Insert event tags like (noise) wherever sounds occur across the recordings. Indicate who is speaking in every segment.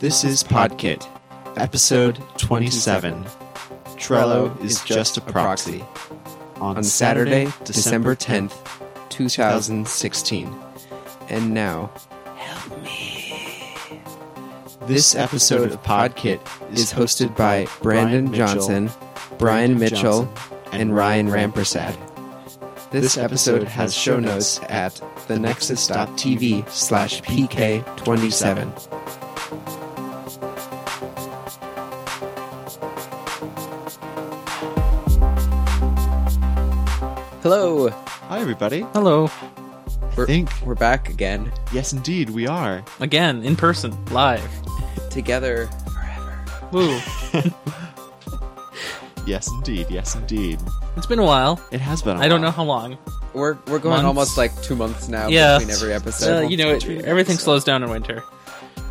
Speaker 1: This is Podkit, episode 27. Trello is just a proxy. On Saturday, December 10th, 2016. And now, help me. This episode of Podkit is hosted by Brandon Johnson, Brian Mitchell, and Ryan Rampersad. This episode has show notes at thenexus.tv slash pk27.
Speaker 2: Hello,
Speaker 1: Hi, everybody.
Speaker 3: Hello.
Speaker 1: I
Speaker 2: We're-
Speaker 1: think,
Speaker 2: we're back again
Speaker 1: yes, indeed, we are.
Speaker 3: Again, in person, live.
Speaker 2: together.
Speaker 3: Woo.
Speaker 1: Yes, indeed. Yes, indeed.
Speaker 3: It's been a while.
Speaker 1: It has been. I
Speaker 3: I don't know how long. Uh,
Speaker 2: We're we're going
Speaker 3: Months?
Speaker 2: almost like two months now
Speaker 3: Yeah.
Speaker 2: between every
Speaker 3: Uh,
Speaker 2: episode.
Speaker 3: you know, it, everything slows down in winter.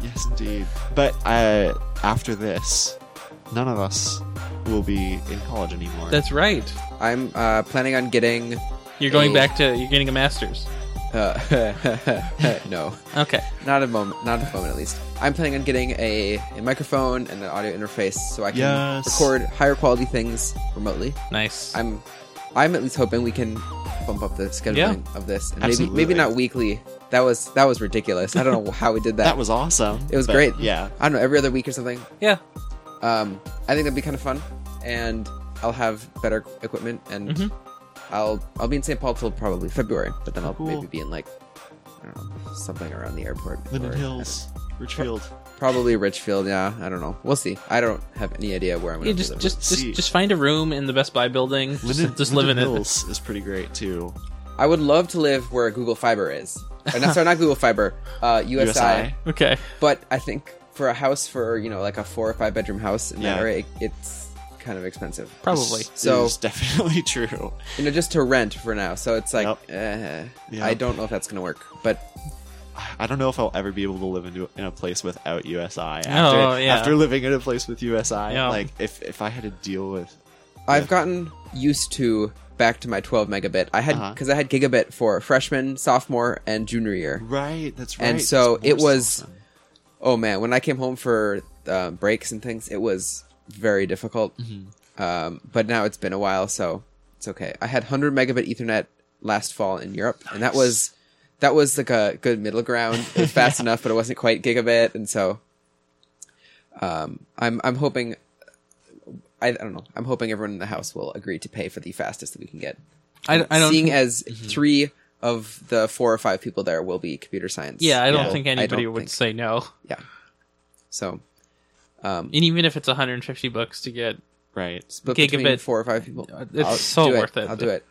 Speaker 1: Yes, indeed. But uh, after this, none of us will be in college anymore.
Speaker 3: That's right.
Speaker 2: I'm uh, planning on getting.
Speaker 3: You're going
Speaker 2: Hey.
Speaker 3: back to, you're getting a master's.
Speaker 2: Uh, (laughs) no,
Speaker 3: Okay.
Speaker 2: not at the moment. Not at the moment, at least. I'm planning on getting a, a microphone and an audio interface so I can
Speaker 1: Yes.
Speaker 2: record higher quality things remotely.
Speaker 3: Nice.
Speaker 2: I'm I'm at least hoping we can bump up the scheduling
Speaker 3: Yeah.
Speaker 2: of this. And
Speaker 1: Absolutely.
Speaker 2: maybe maybe not weekly. That was that was ridiculous. I
Speaker 1: (laughs)
Speaker 2: don't know how we did that.
Speaker 1: that was awesome.
Speaker 2: It was
Speaker 1: But,
Speaker 2: great.
Speaker 1: Yeah.
Speaker 2: I don't know every other week or something.
Speaker 3: yeah.
Speaker 2: Um, I think that'd be kind of fun, and I'll have better equipment, and
Speaker 3: Mhm.
Speaker 2: I'll I'll be in St. Paul till probably February, but then I'll
Speaker 1: Cool.
Speaker 2: maybe be in like I don't know something around the airport,
Speaker 1: Linden
Speaker 2: or-
Speaker 1: Hills, Richfield.
Speaker 2: probably Richfield. Yeah, I don't know. We'll see. I don't have any idea where I'm going
Speaker 3: You
Speaker 2: to
Speaker 3: just,
Speaker 2: live.
Speaker 3: just, just,
Speaker 1: See.
Speaker 3: just find a room in the Best Buy building. Just,
Speaker 1: Linden,
Speaker 3: just live
Speaker 1: Linden
Speaker 3: in it.
Speaker 1: Hills is pretty great too.
Speaker 2: I would love to live where Google Fiber is. Or not, sorry, not Google Fiber. Uh, USI,
Speaker 1: USI.
Speaker 3: Okay.
Speaker 2: But I think for a house for you know like a four or five bedroom house in
Speaker 1: Yeah.
Speaker 2: that area, it- it's kind of expensive.
Speaker 3: Probably.
Speaker 2: So-
Speaker 1: is definitely (laughs) true.
Speaker 2: you know, just to rent for now. So it's like, eh,
Speaker 1: Yep.
Speaker 2: I don't know if that's gonna work, but
Speaker 1: I don't know if I'll ever be able to live into, in a place without USI. After,
Speaker 3: Oh, yeah.
Speaker 1: after living in a place with USI,
Speaker 3: Yeah.
Speaker 1: like if if I had to deal with
Speaker 2: I've
Speaker 1: Yeah.
Speaker 2: gotten used to back to my 12 megabit. I had
Speaker 1: Uh-huh.
Speaker 2: because I had gigabit for freshman, sophomore, and junior year.
Speaker 1: right, that's right.
Speaker 2: And so
Speaker 1: That's more
Speaker 2: it was-
Speaker 1: awesome.
Speaker 2: Oh man, when I came home for uh, breaks and things, it was very difficult.
Speaker 3: Mm-hmm.
Speaker 2: Um, but now it's been a while, so it's okay. I had 100 megabit Ethernet last fall in Europe, and that was that was like a good middle ground. It was fast enough, but it wasn't quite gigabit, and so um, I'm I'm hoping. I, I don't know. I'm hoping everyone in the house will agree to pay for the fastest that we can get.
Speaker 3: I, I don't, Mm-hmm.
Speaker 2: Seeing as three of the four or five people there will be computer science.
Speaker 3: yeah, I don't
Speaker 1: Yeah.
Speaker 3: think
Speaker 2: I don't
Speaker 3: anybody would
Speaker 2: think-
Speaker 3: say no.
Speaker 2: yeah. So Um,
Speaker 3: And even if it's 150 bucks to get,
Speaker 1: right.
Speaker 2: split between
Speaker 3: Gigabit.
Speaker 2: four or five people.
Speaker 3: it's so
Speaker 2: do
Speaker 3: worth it.
Speaker 2: I'll do it.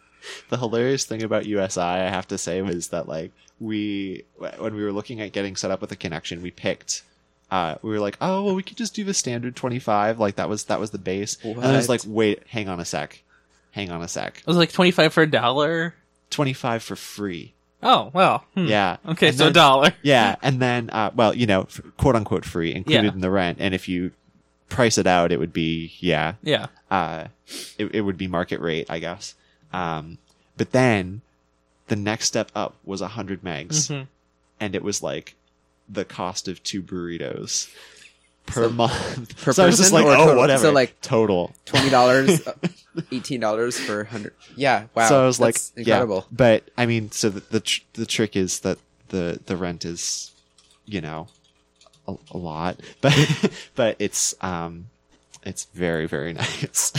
Speaker 1: the hilarious thing about USI, I have to say, was that like we when we were looking at getting set up with a connection, we picked. Uh, we were like, oh well, we could just do the standard twenty five. Like that was that was the base. And I was like,
Speaker 2: What?
Speaker 1: wait, hang on a sec, hang on a sec,
Speaker 3: It was like 25 for a dollar.
Speaker 1: twenty five for free.
Speaker 3: Oh, wow. Hmm.
Speaker 1: Yeah.
Speaker 3: Okay,
Speaker 1: And
Speaker 3: so a
Speaker 1: then-
Speaker 2: (laughs)
Speaker 3: dollar.
Speaker 1: Yeah, and then uh, well, you know, f- quote unquote free included
Speaker 3: Yeah.
Speaker 1: in the rent, and if you price it out, it would be yeah,
Speaker 3: Yeah.
Speaker 1: uh, it, it would be market rate, I guess. Um, but then the next step up was 100 megs,
Speaker 3: Mhm.
Speaker 1: and it was like the cost of two burritos
Speaker 3: (laughs)
Speaker 1: per month.
Speaker 2: per
Speaker 1: so I was just
Speaker 2: person
Speaker 1: like,
Speaker 2: or
Speaker 1: oh,
Speaker 2: total?
Speaker 1: whatever.
Speaker 2: So, like-
Speaker 1: total.
Speaker 2: Twenty
Speaker 3: (laughs)
Speaker 2: dollars, uh, eighteen dollars for hundred. Yeah, wow.
Speaker 1: so I was like,
Speaker 2: That's
Speaker 1: incredible.
Speaker 2: incredible.
Speaker 1: Yeah. But I mean, so the the, tr- the trick is that the the rent is, you know, a, a lot, (laughs) but but it's um, it's very very (laughs) nice.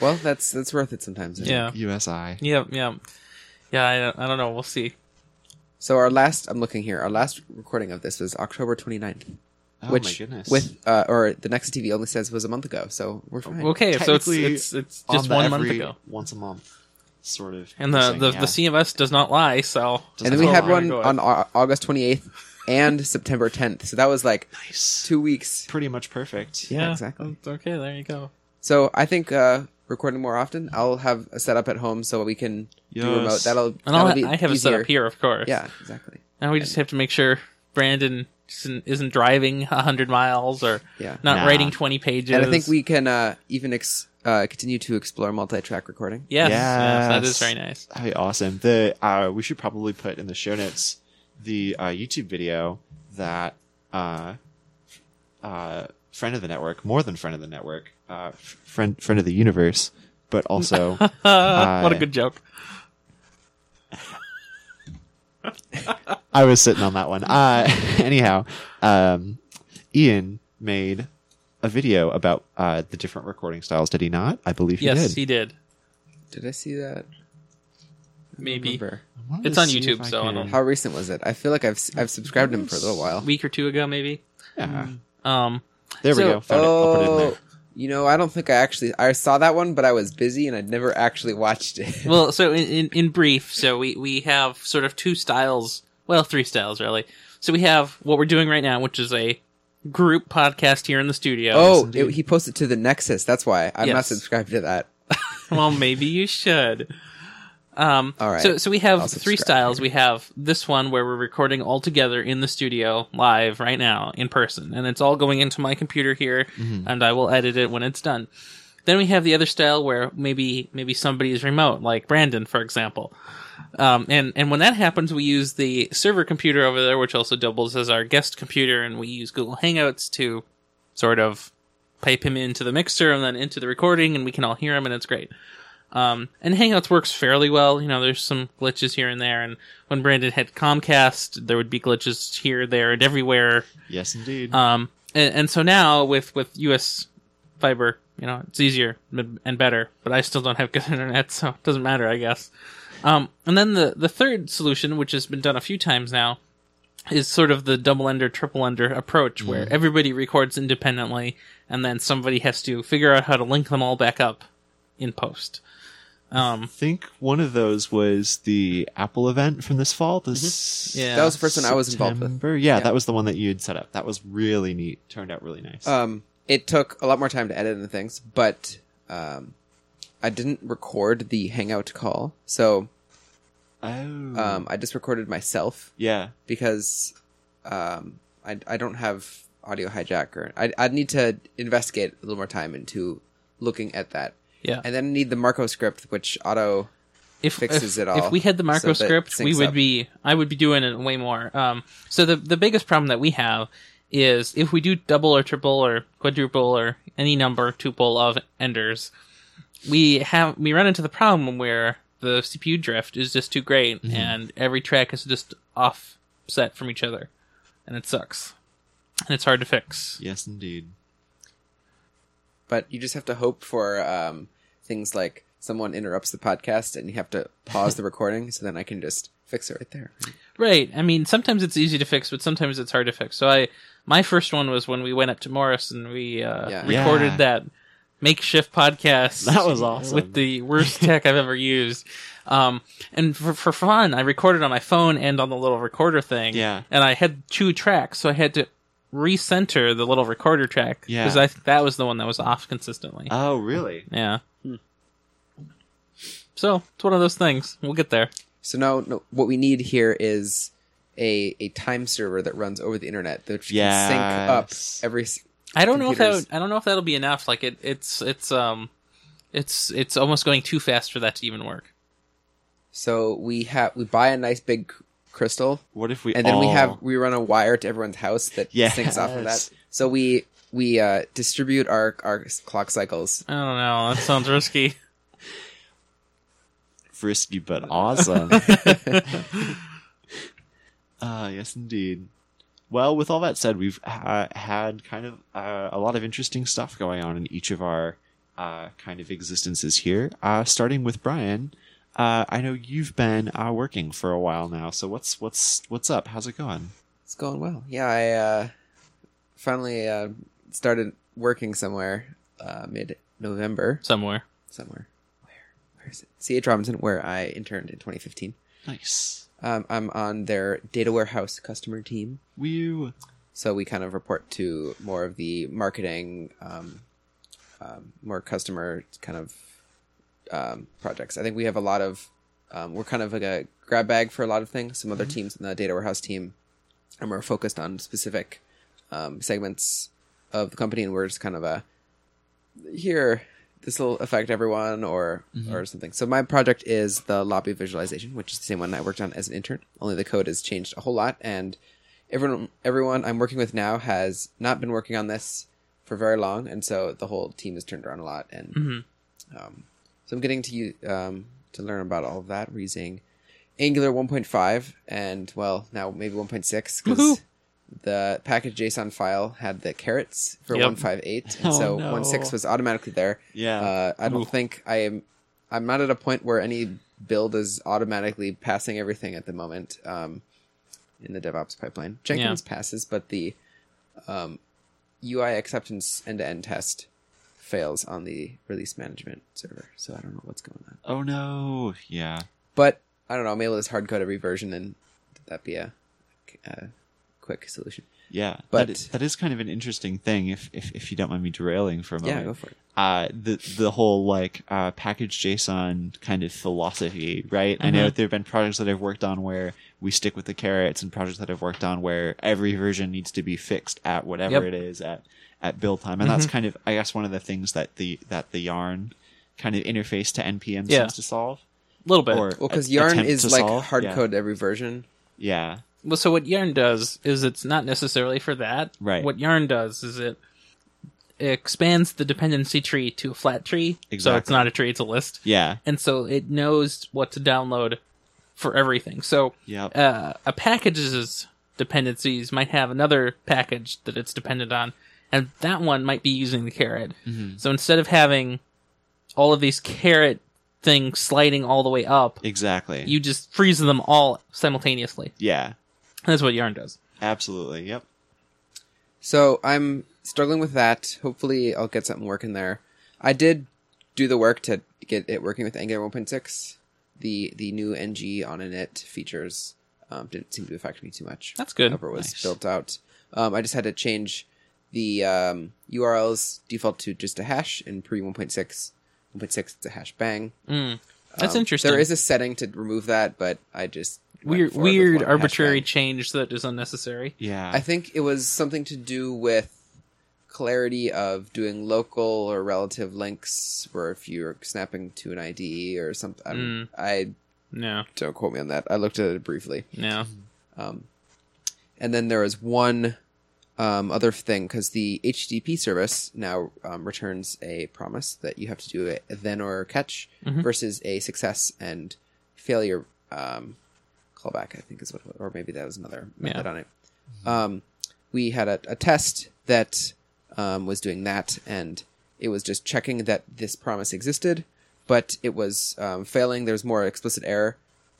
Speaker 2: Well, that's that's worth it sometimes. I think.
Speaker 3: Yeah.
Speaker 1: USI.
Speaker 3: Yeah, yeah, yeah. I don't, I don't know. We'll see.
Speaker 2: So our last, I'm looking here. Our last recording of this was October 29th,
Speaker 1: Oh
Speaker 2: which
Speaker 1: my goodness.
Speaker 2: with uh, or the next TV only says was a month ago. So we're fine.
Speaker 3: Okay, so it's
Speaker 1: Technically,
Speaker 3: it's it's
Speaker 1: on
Speaker 3: just
Speaker 1: the
Speaker 3: one month
Speaker 1: every-
Speaker 3: ago,
Speaker 1: Once a month, sort of.
Speaker 3: and the
Speaker 1: thing,
Speaker 3: the,
Speaker 1: yeah.
Speaker 3: the CMS does not lie. So
Speaker 2: and then
Speaker 1: That's
Speaker 2: we
Speaker 1: all
Speaker 2: had
Speaker 1: I'm
Speaker 2: one
Speaker 3: gonna go
Speaker 2: on Au- August 28th and September 10th. So that was like
Speaker 1: Nice.
Speaker 2: two weeks.
Speaker 1: Pretty much perfect.
Speaker 2: Yeah, exactly.
Speaker 3: that's um, Okay, there you go.
Speaker 2: So I think uh, recording more often. I'll have a setup at home so we can do remote.
Speaker 1: Yes.
Speaker 2: That'll,
Speaker 3: And
Speaker 2: that'll
Speaker 3: I'll,
Speaker 2: be
Speaker 3: I have it set
Speaker 2: easier.
Speaker 3: up here, of course.
Speaker 2: Yeah, exactly.
Speaker 3: Now we just have to make sure Brandon isn't, isn't driving hundred miles or
Speaker 2: Yeah.
Speaker 3: not
Speaker 1: Nah.
Speaker 3: writing twenty pages.
Speaker 2: And I think we can uh, even ex- uh, continue to explore multi-track recording.
Speaker 3: Yes, yes. that
Speaker 1: Yes.
Speaker 3: is very nice.
Speaker 1: That'd be awesome. The uh, we should probably put in the show notes the uh, YouTube video that uh, uh, friend of the network, more than friend of the network, uh, f- friend friend of the universe, but also
Speaker 3: (laughs) Uh, what a good joke.
Speaker 1: I was sitting on that one. Uh, (laughs) anyhow, um, Ian made a video about uh, the different recording styles. Did he not? I believe he
Speaker 3: yes,
Speaker 1: did.
Speaker 3: he did.
Speaker 2: Did I see that?
Speaker 3: Maybe
Speaker 2: Remember.
Speaker 1: I wanted
Speaker 3: It's
Speaker 1: to
Speaker 3: on
Speaker 1: see
Speaker 3: YouTube,
Speaker 1: if
Speaker 3: so I
Speaker 1: can-
Speaker 3: don't-
Speaker 2: How recent was it? I feel like I've s- I've subscribed to him for a little
Speaker 3: a
Speaker 2: while.
Speaker 3: week or two ago, maybe.
Speaker 1: Yeah.
Speaker 3: Um,
Speaker 1: There we
Speaker 3: So-
Speaker 1: go. Found it. I'll put it in there.
Speaker 2: oh. you know, I don't think I actually I saw that one, but I was busy and I'd never actually watched
Speaker 1: (laughs)
Speaker 2: it.
Speaker 3: (laughs) well, so in, in, in brief, so we, we have sort of two styles, well, three styles really. So we have what we're doing right now, which is a group podcast here in the studio.
Speaker 2: oh,
Speaker 1: indeed.
Speaker 2: it, he posted to the Nexus. That's why I'm not
Speaker 3: Yes.
Speaker 2: subscribed to that.
Speaker 3: (laughs) well, maybe you should. Um,
Speaker 2: All right.
Speaker 3: So, so we
Speaker 2: I'll
Speaker 3: have three
Speaker 2: subscribe.
Speaker 3: styles. We have this one where we're recording all together in the studio, live right now, in person, and it's all going into my computer here,
Speaker 2: Mm-hmm.
Speaker 3: and I will edit it when it's done. Then we have the other style where maybe maybe somebody is remote, like Brandon, for example. Um, and and when that happens, we use the server computer over there, which also doubles as our guest computer, and we use Google Hangouts to sort of pipe him into the mixer and then into the recording, and we can all hear him, and it's great. Um, and Hangouts works fairly well. You know, there's some glitches here and there, and when Brandon had Comcast, there would be glitches here, there, and everywhere.
Speaker 1: Yes, indeed.
Speaker 3: Um, and, and so now with with US fiber, you know, it's easier and and better. But I still don't have good (laughs) internet, so it doesn't matter, I guess. Um, and then the the third solution, which has been done a few times now, is sort of the double ender, triple ender approach, where everybody records independently, and then somebody has to figure out how to link them all back up in post. Um,
Speaker 1: I think one of those was the Apple event from this fall. This
Speaker 3: Mm-hmm. Yeah.
Speaker 2: That was the first one I was involved with.
Speaker 1: September? Yeah, that was the one that you had set up. That was really neat. Turned out really nice.
Speaker 2: Um, it took a lot more time to edit and things, but um, I didn't record the Hangout call, so
Speaker 1: oh,
Speaker 2: um, I just recorded myself
Speaker 1: yeah.
Speaker 2: because um, I I don't have audio hijacker. I I need to investigate a little more time into looking at that,
Speaker 3: yeah.
Speaker 2: and then I need the Marco script, which auto.
Speaker 3: if,
Speaker 2: fixes
Speaker 3: if,
Speaker 2: it all,
Speaker 3: If we had the macro
Speaker 2: so that it
Speaker 3: script, we
Speaker 2: syncs
Speaker 3: would
Speaker 2: up.
Speaker 3: be I would be doing it way more. Um, so the the biggest problem that we have is if we do double or triple or quadruple or any number tuple of enders, we have we run into the problem where the CPU drift is just too great
Speaker 2: Mm-hmm.
Speaker 3: and every track is just offset from each other, and it sucks, and it's hard to fix.
Speaker 1: Yes, indeed.
Speaker 2: But you just have to hope for um, things like someone interrupts the podcast, and you have to pause the recording, so then I can just fix it right there.
Speaker 3: Right. I mean, sometimes it's easy to fix, but sometimes it's hard to fix. So I, my first one was when we went up to Morris and we uh,
Speaker 2: Yeah.
Speaker 3: recorded
Speaker 1: Yeah.
Speaker 3: that makeshift podcast.
Speaker 1: That was awesome.
Speaker 3: with the worst tech I've ever used. Um, and for, for fun, I recorded on my phone and on the little recorder thing.
Speaker 1: Yeah.
Speaker 3: And I had two tracks, so I had to recenter the little recorder track
Speaker 1: Yeah.
Speaker 3: because I think that was the one that was off consistently.
Speaker 1: Oh, really?
Speaker 3: yeah. So it's one of those things. We'll get there.
Speaker 2: So now no, what we need here is a a time server that runs over the internet that can
Speaker 1: Yes.
Speaker 2: sync up every. s-
Speaker 3: I don't know if that
Speaker 2: computers.
Speaker 3: would, I don't know if that'll be enough. Like it, it's it's um, it's it's almost going too fast for that to even work.
Speaker 2: So we have we buy a nice big c- crystal,
Speaker 1: What if we
Speaker 2: and then we
Speaker 1: all-
Speaker 2: have we run a wire to everyone's house that syncs off of
Speaker 1: Yes.
Speaker 2: that. So we we uh, distribute our our s- clock cycles.
Speaker 3: I don't know. That
Speaker 1: (laughs)
Speaker 3: sounds risky.
Speaker 2: (laughs)
Speaker 1: frisky but awesome. Ah, yes, indeed. Well, with all that said, we've uh, had kind of uh, a lot of interesting stuff going on in each of our uh, kind of existences here. Uh, starting with Brian, uh, I know you've been uh, working for a while now. So what's what's what's up? How's it going?
Speaker 2: It's going well. Yeah, I uh, finally uh, started working somewhere uh, mid November
Speaker 3: Somewhere.
Speaker 2: somewhere. Where where is it? C H Robinson, where I interned in 2015.
Speaker 1: Nice.
Speaker 2: Um, I'm on their data warehouse customer team,
Speaker 1: We
Speaker 2: so we kind of report to more of the marketing, um, um, more customer kind of um, projects. I think we have a lot of um, we're kind of like a grab bag for a lot of things. Some other teams in the data warehouse team are more focused on specific um, segments of the company, and we're just kind of a here this will affect everyone or or something. So my project is the lobby visualization, which is the same one I worked on as an intern. Only the code has changed a whole lot, and everyone everyone I'm working with now has not been working on this for very long, and so the whole team has turned around a lot. And
Speaker 3: Mhm.
Speaker 2: um, so I'm getting to use, um, to learn about all of that. We're using Angular 1.5 and well now maybe 1.6
Speaker 3: Woohoo.
Speaker 2: because the package JSON file had the carrots for
Speaker 3: Yep.
Speaker 2: 1.58, and
Speaker 1: Oh,
Speaker 2: so
Speaker 1: no.
Speaker 2: 1.6 was automatically there.
Speaker 1: Yeah.
Speaker 2: Uh, I don't think I am. I'm not at a point where any build is automatically passing everything at the moment um, in the DevOps pipeline. Jenkins passes, but the um, UI acceptance end-to-end test fails on the release management server. So I don't know what's going on.
Speaker 1: oh no. Yeah.
Speaker 2: But I don't know. Maybe let's hard code every version, and that'd be a, a quick solution.
Speaker 1: Yeah.
Speaker 2: But-
Speaker 1: that is, that is kind of an interesting thing. If, if if you don't mind me derailing for a moment.
Speaker 2: Yeah, go for it.
Speaker 1: uh, the the whole like uh, package JSON kind of philosophy, right? I
Speaker 3: Mm-hmm.
Speaker 1: know there have been projects that I've worked on where we stick with the carrots, and projects that I've worked on where every version needs to be fixed at whatever
Speaker 3: Yep. Mm-hmm.
Speaker 1: it is at at build time, and that's kind of I guess one of the things that the that the Yarn kind of interface to npm
Speaker 3: Yeah.
Speaker 1: seems to solve.
Speaker 3: A little bit.
Speaker 1: Or
Speaker 2: Well, because
Speaker 1: a-
Speaker 2: Yarn
Speaker 1: attempt
Speaker 2: is
Speaker 1: to
Speaker 2: like
Speaker 1: solve.
Speaker 2: hard
Speaker 1: Yeah.
Speaker 2: code every version.
Speaker 1: Yeah.
Speaker 3: Well, so what Yarn does is it's not necessarily for that.
Speaker 1: Right.
Speaker 3: What Yarn does is it expands the dependency tree to a flat tree. So it's
Speaker 1: Exactly.
Speaker 3: not a tree, it's a list.
Speaker 1: Yeah.
Speaker 3: And so it knows what to download for everything. So
Speaker 1: Yep.
Speaker 3: uh, a package's dependencies might have another package that it's dependent on, and that one might be using the carrot.
Speaker 2: Mm-hmm.
Speaker 3: So instead of having all of these carrot things sliding all the way up,
Speaker 1: Exactly.
Speaker 3: you just freeze them all simultaneously.
Speaker 1: yeah.
Speaker 3: That's what Yarn does.
Speaker 1: Absolutely. Yep.
Speaker 2: So I'm struggling with that. Hopefully, I'll get something working there. I did do the work to get it working with Angular 1.6. The the new ng on init features um, didn't seem to affect me too much.
Speaker 3: That's good.
Speaker 2: However, it was
Speaker 1: Nice.
Speaker 2: built out. Um, I just had to change the um, URLs default to just a hash in pre 1.6. 1.6 it's a hash bang.
Speaker 3: Mm. That's
Speaker 2: Um,
Speaker 3: interesting.
Speaker 2: There is a setting to remove that, but I just went
Speaker 3: weird,
Speaker 2: forward with
Speaker 3: weird,
Speaker 2: one hash
Speaker 3: arbitrary
Speaker 2: bang.
Speaker 3: change that is unnecessary.
Speaker 1: Yeah.
Speaker 2: I think it was something to do with clarity of doing local or relative links, where if you're snapping to an IDE or something.
Speaker 3: Mm.
Speaker 2: I
Speaker 3: No,
Speaker 2: don't quote me on that. I looked at it briefly, (laughs)
Speaker 3: no.
Speaker 2: um, and then there was one um, other thing because the HTTP service now um, returns a promise that you have to do a then or catch
Speaker 3: Mhm.
Speaker 2: versus a success and failure um, callback, I think is what, or maybe that was another method
Speaker 3: Yeah.
Speaker 2: on it. Um, we had a, a test that um, was doing that, and it was just checking that this promise existed, but it was um, failing. There was more explicit error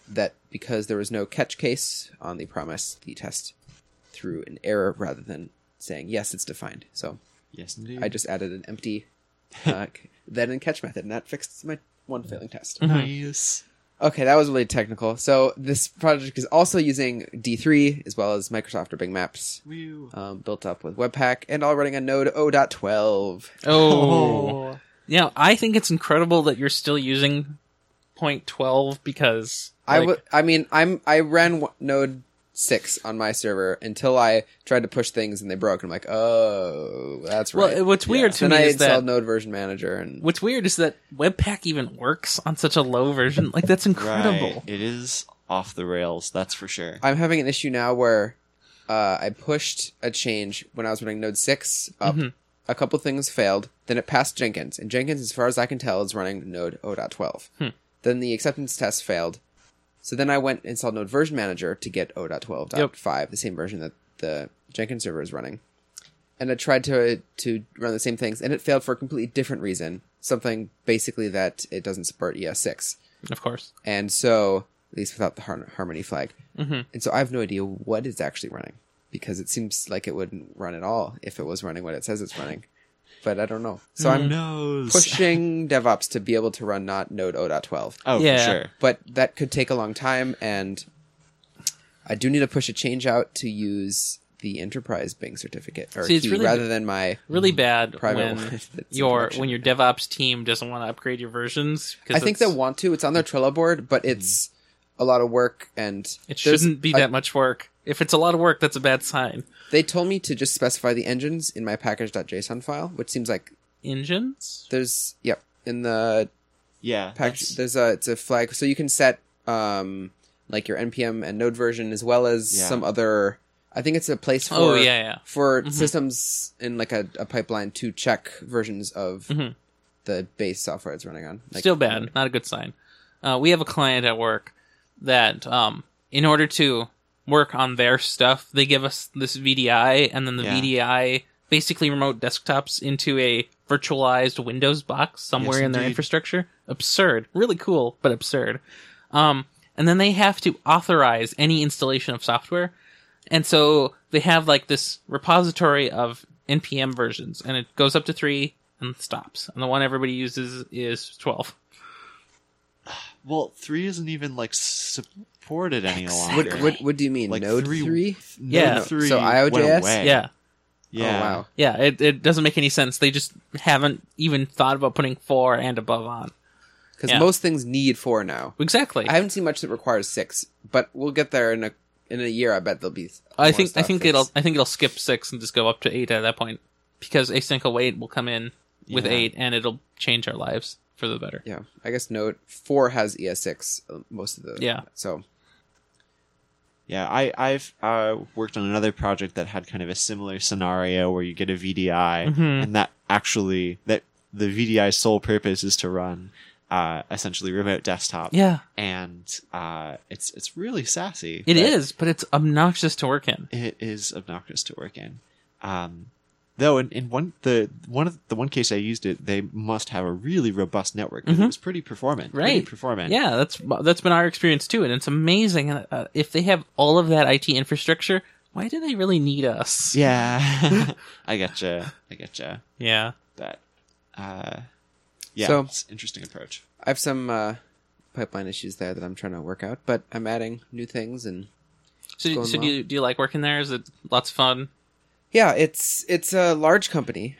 Speaker 2: that because there was no catch case on the promise, the test threw an error rather than saying yes, it's defined. So
Speaker 1: yes, indeed.
Speaker 2: I just added an
Speaker 3: (laughs)
Speaker 2: empty uh, c- then and catch method, and that fixed my one failing test.
Speaker 3: Mm-hmm.
Speaker 1: nice.
Speaker 2: Okay, that was really technical. So this project is also using D3 as well as Microsoft or Bing Maps,
Speaker 1: Woo.
Speaker 2: um, built up with Webpack, and all running on Node 0.12.
Speaker 3: Oh. Now, I think it's incredible that you're still using point twelve because
Speaker 2: I
Speaker 3: like,
Speaker 2: w- I mean, I'm I ran w- Node six on my server until I tried to push things and they broke. And I'm like, oh, that's
Speaker 3: Well,
Speaker 2: right.
Speaker 3: what's weird to
Speaker 2: then
Speaker 3: me
Speaker 2: I
Speaker 3: is that-
Speaker 2: installed Node Version Manager, and
Speaker 3: What's weird is that Webpack even works on such a low version. Like that's incredible.
Speaker 1: Right. It is off the rails, that's for sure.
Speaker 2: I'm having an issue now where uh, I pushed a change when I was running Node six up. A couple things failed. Then it passed Jenkins, and Jenkins, as far as I can tell, is running Node 0.12. Then the acceptance test failed. So then I went and installed Node Version Manager to get 0.12.5, the same version that the Jenkins server is running. and I tried to to run the same things, and it failed for a completely different reason. Something basically that it doesn't support E ES6,
Speaker 3: Of course.
Speaker 2: and so at least without the har- Harmony flag. Mm-hmm. And so I have no idea what is actually running because it seems like it wouldn't run at all if it was running what it says it's running. But I don't know. So
Speaker 3: Mm.
Speaker 2: I'm
Speaker 1: knows?
Speaker 2: pushing DevOps to be able to run not Node 0.12
Speaker 1: Oh,
Speaker 3: Yeah.
Speaker 1: for sure.
Speaker 2: but that could take a long time and i do need to push a change out to use the enterprise bing certificate or
Speaker 3: See, it's
Speaker 2: key
Speaker 3: really-
Speaker 2: rather than my
Speaker 3: Really bad
Speaker 2: Mm. Private one (laughs)
Speaker 3: when
Speaker 2: that's in
Speaker 3: your
Speaker 2: production.
Speaker 3: when your DevOps team doesn't want to upgrade your versions. 'cause
Speaker 2: i think they
Speaker 3: it's-
Speaker 2: want to it's on their trello board but it's a lot of work and
Speaker 3: Mm-hmm. it
Speaker 2: there's-
Speaker 3: shouldn't be
Speaker 2: I-
Speaker 3: that much work. If it's a lot of work, that's a bad sign.
Speaker 2: they told me to just specify the engines in my package.json file which seems like
Speaker 3: Engines.
Speaker 2: there's yep in the
Speaker 1: Yeah.
Speaker 2: package
Speaker 1: that's-
Speaker 2: there's a it's a flag so you can set um like your npm and node version as well as
Speaker 1: Yeah.
Speaker 2: some other I think it's a place for
Speaker 3: Oh, yeah, yeah.
Speaker 2: for
Speaker 3: Mhm.
Speaker 2: systems in like a, a pipeline to check versions of
Speaker 3: Mhm.
Speaker 2: the base software it's running on. Like,
Speaker 3: Still bad. Not a good sign. Uh, we have a client at work that, um, in order to work on their stuff, they give us this VDI, and then the
Speaker 1: Yeah.
Speaker 3: VDI basically remote desktops into a virtualized Windows box somewhere
Speaker 1: Yes,
Speaker 3: in their
Speaker 1: indeed.
Speaker 3: infrastructure. Absurd. Really cool, but absurd. Um, and then they have to authorize any installation of software. And so they have like this repository of npm versions, and it goes up to three and stops. And the one everybody uses is twelve.
Speaker 1: Well, three isn't even like supported any
Speaker 3: Exactly.
Speaker 1: longer.
Speaker 2: What, what, what do you mean?
Speaker 1: like
Speaker 2: Node
Speaker 1: three,
Speaker 2: three?
Speaker 1: Node
Speaker 3: Yeah.
Speaker 1: three.
Speaker 2: So
Speaker 1: went
Speaker 2: IOJS?
Speaker 1: away.
Speaker 3: Yeah,
Speaker 1: yeah.
Speaker 2: Oh wow.
Speaker 3: yeah. It it doesn't make any sense. They just haven't even thought about putting four and above on.
Speaker 2: Because
Speaker 3: Yeah.
Speaker 2: most things need four now.
Speaker 3: Exactly.
Speaker 2: I haven't seen much that requires six, but we'll get there in a in a year. I bet there'll be.
Speaker 3: I
Speaker 2: more
Speaker 3: think I
Speaker 2: stuff
Speaker 3: think
Speaker 2: that's-
Speaker 3: it'll I think it'll skip six and just go up to eight at that point because async await will come in with
Speaker 1: Yeah.
Speaker 3: eight and it'll change our lives for the better.
Speaker 2: Yeah, I guess Node four has ES6. uh, Most of the
Speaker 3: Yeah.
Speaker 2: So
Speaker 1: Yeah, I, I've uh, worked on another project that had kind of a similar scenario where you get a VDI,
Speaker 3: Mhm.
Speaker 1: and that actually that the VDI's sole purpose is to run uh, essentially remote desktop.
Speaker 3: Yeah,
Speaker 1: and uh, it's it's really sassy.
Speaker 3: it
Speaker 1: but
Speaker 3: is, but it's obnoxious to work in.
Speaker 1: It is obnoxious to work in. Um, though, in, in one the one of the one case I used it, they must have a really robust network. 'cause It
Speaker 2: Mm-hmm.
Speaker 1: was
Speaker 3: Mhm.
Speaker 1: pretty performant,
Speaker 3: Right.
Speaker 1: Pretty performant.
Speaker 3: Yeah, that's that's been our experience too, and it's amazing. And, Uh, if they have all of that IT infrastructure, why do they really need
Speaker 2: (laughs)
Speaker 3: us?
Speaker 1: yeah. (laughs) I getcha. I getcha.
Speaker 3: yeah.
Speaker 1: But uh, yeah,
Speaker 2: So-
Speaker 1: it's an interesting approach.
Speaker 2: I have some uh, pipeline issues there that I'm trying to work out, but I'm adding new things and
Speaker 3: So,
Speaker 2: going
Speaker 3: so do
Speaker 2: well.
Speaker 3: you do you like working there? Is it lots of fun?
Speaker 2: Yeah, it's it's a large company.